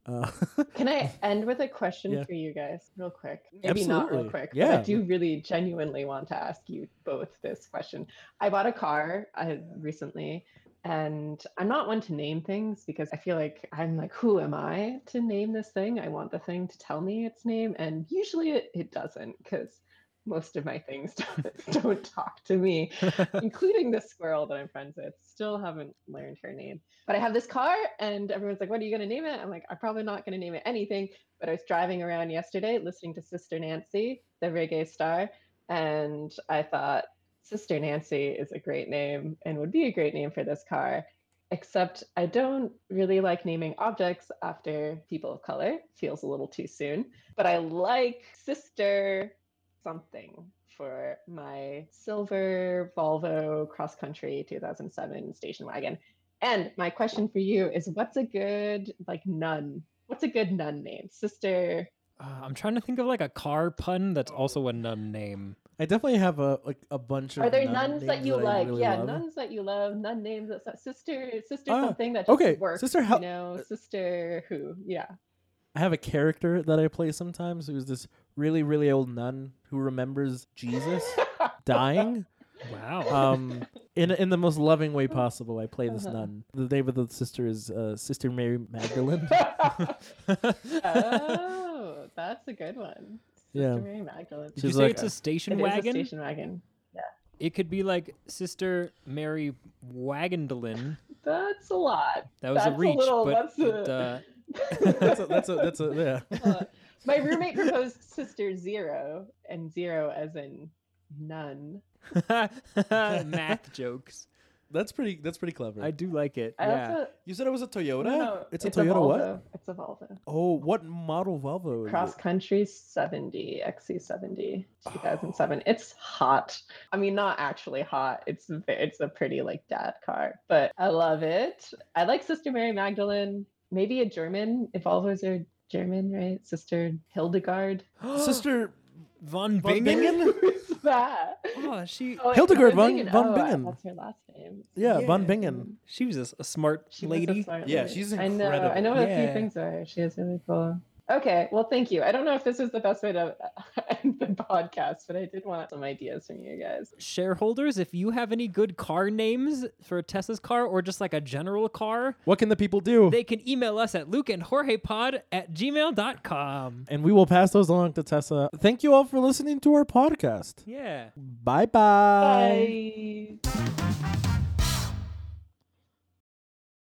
[SPEAKER 2] Uh, [laughs]
[SPEAKER 4] Can I end with a question
[SPEAKER 2] Yeah.
[SPEAKER 4] for you guys, real quick? Maybe not real
[SPEAKER 2] Absolutely.
[SPEAKER 4] quick, but
[SPEAKER 2] Yeah.
[SPEAKER 4] I do really genuinely want to ask you both this question. I bought a car uh, recently, and I'm not one to name things because I feel like I'm like, who am I to name this thing? I want the thing to tell me its name, and usually it, it doesn't because most of my things [laughs] don't, don't talk
[SPEAKER 2] [laughs]
[SPEAKER 4] to me, including this squirrel that I'm friends with. Still haven't learned her name but I have this car and everyone's like, what are you going to name it? I'm like, I'm probably not going to name it anything. But I was driving around yesterday listening to Sister Nancy, the reggae star. And I thought, Sister Nancy is a great name and would be a great name for this car. Except I don't really like naming objects after people of color. Feels a little too soon. But I like Sister something for my silver Volvo cross country 2007 station wagon. And my question for you is what's a good, like, nun? What's a good nun name? Sister.
[SPEAKER 3] Uh, I'm trying to think of like a car pun that's also a nun name.
[SPEAKER 2] I definitely have a like a bunch of.
[SPEAKER 4] Are there
[SPEAKER 2] nun
[SPEAKER 4] nuns that
[SPEAKER 2] names
[SPEAKER 4] you
[SPEAKER 2] I
[SPEAKER 4] like?
[SPEAKER 2] really
[SPEAKER 4] yeah,
[SPEAKER 2] love.
[SPEAKER 4] nuns that you love, nun names that so- sister, sister
[SPEAKER 2] Ah,
[SPEAKER 4] something that just
[SPEAKER 2] okay,
[SPEAKER 4] works.
[SPEAKER 2] sister hel- uh,
[SPEAKER 4] you know, sister who? Yeah.
[SPEAKER 2] I have a character that I play sometimes who's this really really old nun who remembers
[SPEAKER 4] [laughs]
[SPEAKER 2] Jesus dying.
[SPEAKER 3] Wow.
[SPEAKER 2] um, [laughs] in in the most loving way possible. I play this
[SPEAKER 4] Uh-huh.
[SPEAKER 2] nun. The name of the sister is uh, Sister Mary Magdalene.
[SPEAKER 3] Uh,
[SPEAKER 4] [laughs] oh, that's a good one. Sister
[SPEAKER 2] Yeah.
[SPEAKER 4] Mary Magdalene.
[SPEAKER 3] Did
[SPEAKER 2] She's
[SPEAKER 3] you say
[SPEAKER 2] like-
[SPEAKER 3] it's a
[SPEAKER 4] It
[SPEAKER 3] station
[SPEAKER 4] is a
[SPEAKER 3] wagon?
[SPEAKER 4] station wagon.
[SPEAKER 3] It could be like Sister Mary Wagendalin.
[SPEAKER 4] That's a lot.
[SPEAKER 3] That was
[SPEAKER 4] That's
[SPEAKER 3] a reach,
[SPEAKER 4] little,
[SPEAKER 3] but
[SPEAKER 4] that's a-
[SPEAKER 3] it, uh,
[SPEAKER 2] [laughs] that's a,
[SPEAKER 4] [laughs]
[SPEAKER 2] that's a, that's a [laughs] yeah.
[SPEAKER 4] Uh, my roommate proposed sister zero and zero as in none.
[SPEAKER 3] uh,
[SPEAKER 4] [laughs]
[SPEAKER 3] math jokes.
[SPEAKER 2] That's pretty that's pretty clever.
[SPEAKER 3] I do like it.
[SPEAKER 4] I
[SPEAKER 3] yeah.
[SPEAKER 4] also
[SPEAKER 2] you said it was a Toyota.
[SPEAKER 4] no, no,
[SPEAKER 2] it's, a Toyota what?
[SPEAKER 4] Volvo. It's a Volvo.
[SPEAKER 2] Oh, what model Volvo? is it? [gasps]
[SPEAKER 4] Cross country 70, XC70,
[SPEAKER 2] [sighs]
[SPEAKER 4] 2007. It's hot. I mean, not actually hot. It's a ve- it's a pretty like dad car, but I love it. I like Sister Mary Magdalene. Maybe a German. If Volvos are German, right? Sister Hildegard. [laughs]
[SPEAKER 2] [gasps] Sister
[SPEAKER 3] von
[SPEAKER 2] von
[SPEAKER 3] Bingen.
[SPEAKER 2] Bingen?
[SPEAKER 4] Who's that?
[SPEAKER 3] Oh, she
[SPEAKER 4] Oh, wait,
[SPEAKER 2] Hildegard
[SPEAKER 4] no,
[SPEAKER 2] von- von
[SPEAKER 4] Oh, I-
[SPEAKER 2] Bingen.
[SPEAKER 4] That's her last name.
[SPEAKER 2] Yeah, von
[SPEAKER 4] Yeah.
[SPEAKER 2] Bingen.
[SPEAKER 3] she was a, s- a smart
[SPEAKER 4] She was a
[SPEAKER 3] lady.
[SPEAKER 4] smart
[SPEAKER 2] Yeah,
[SPEAKER 4] lady.
[SPEAKER 2] she's
[SPEAKER 4] I know. I
[SPEAKER 2] incredible.
[SPEAKER 4] know a few
[SPEAKER 3] Yeah.
[SPEAKER 4] things about her. She is really cool. Okay, well, thank you. I don't know if this is the best way to [laughs] end the podcast, but I did want some ideas from you guys.
[SPEAKER 3] Shareholders, if you have any good car names for Tessa's car or just like a general car,
[SPEAKER 2] What can the people do?
[SPEAKER 3] they can email us at Luke and Jorge Pod at [laughs] gmail.com.
[SPEAKER 2] and we will pass those along to Tessa. Thank you all for listening to our podcast.
[SPEAKER 3] Yeah.
[SPEAKER 2] Bye bye.
[SPEAKER 4] Bye.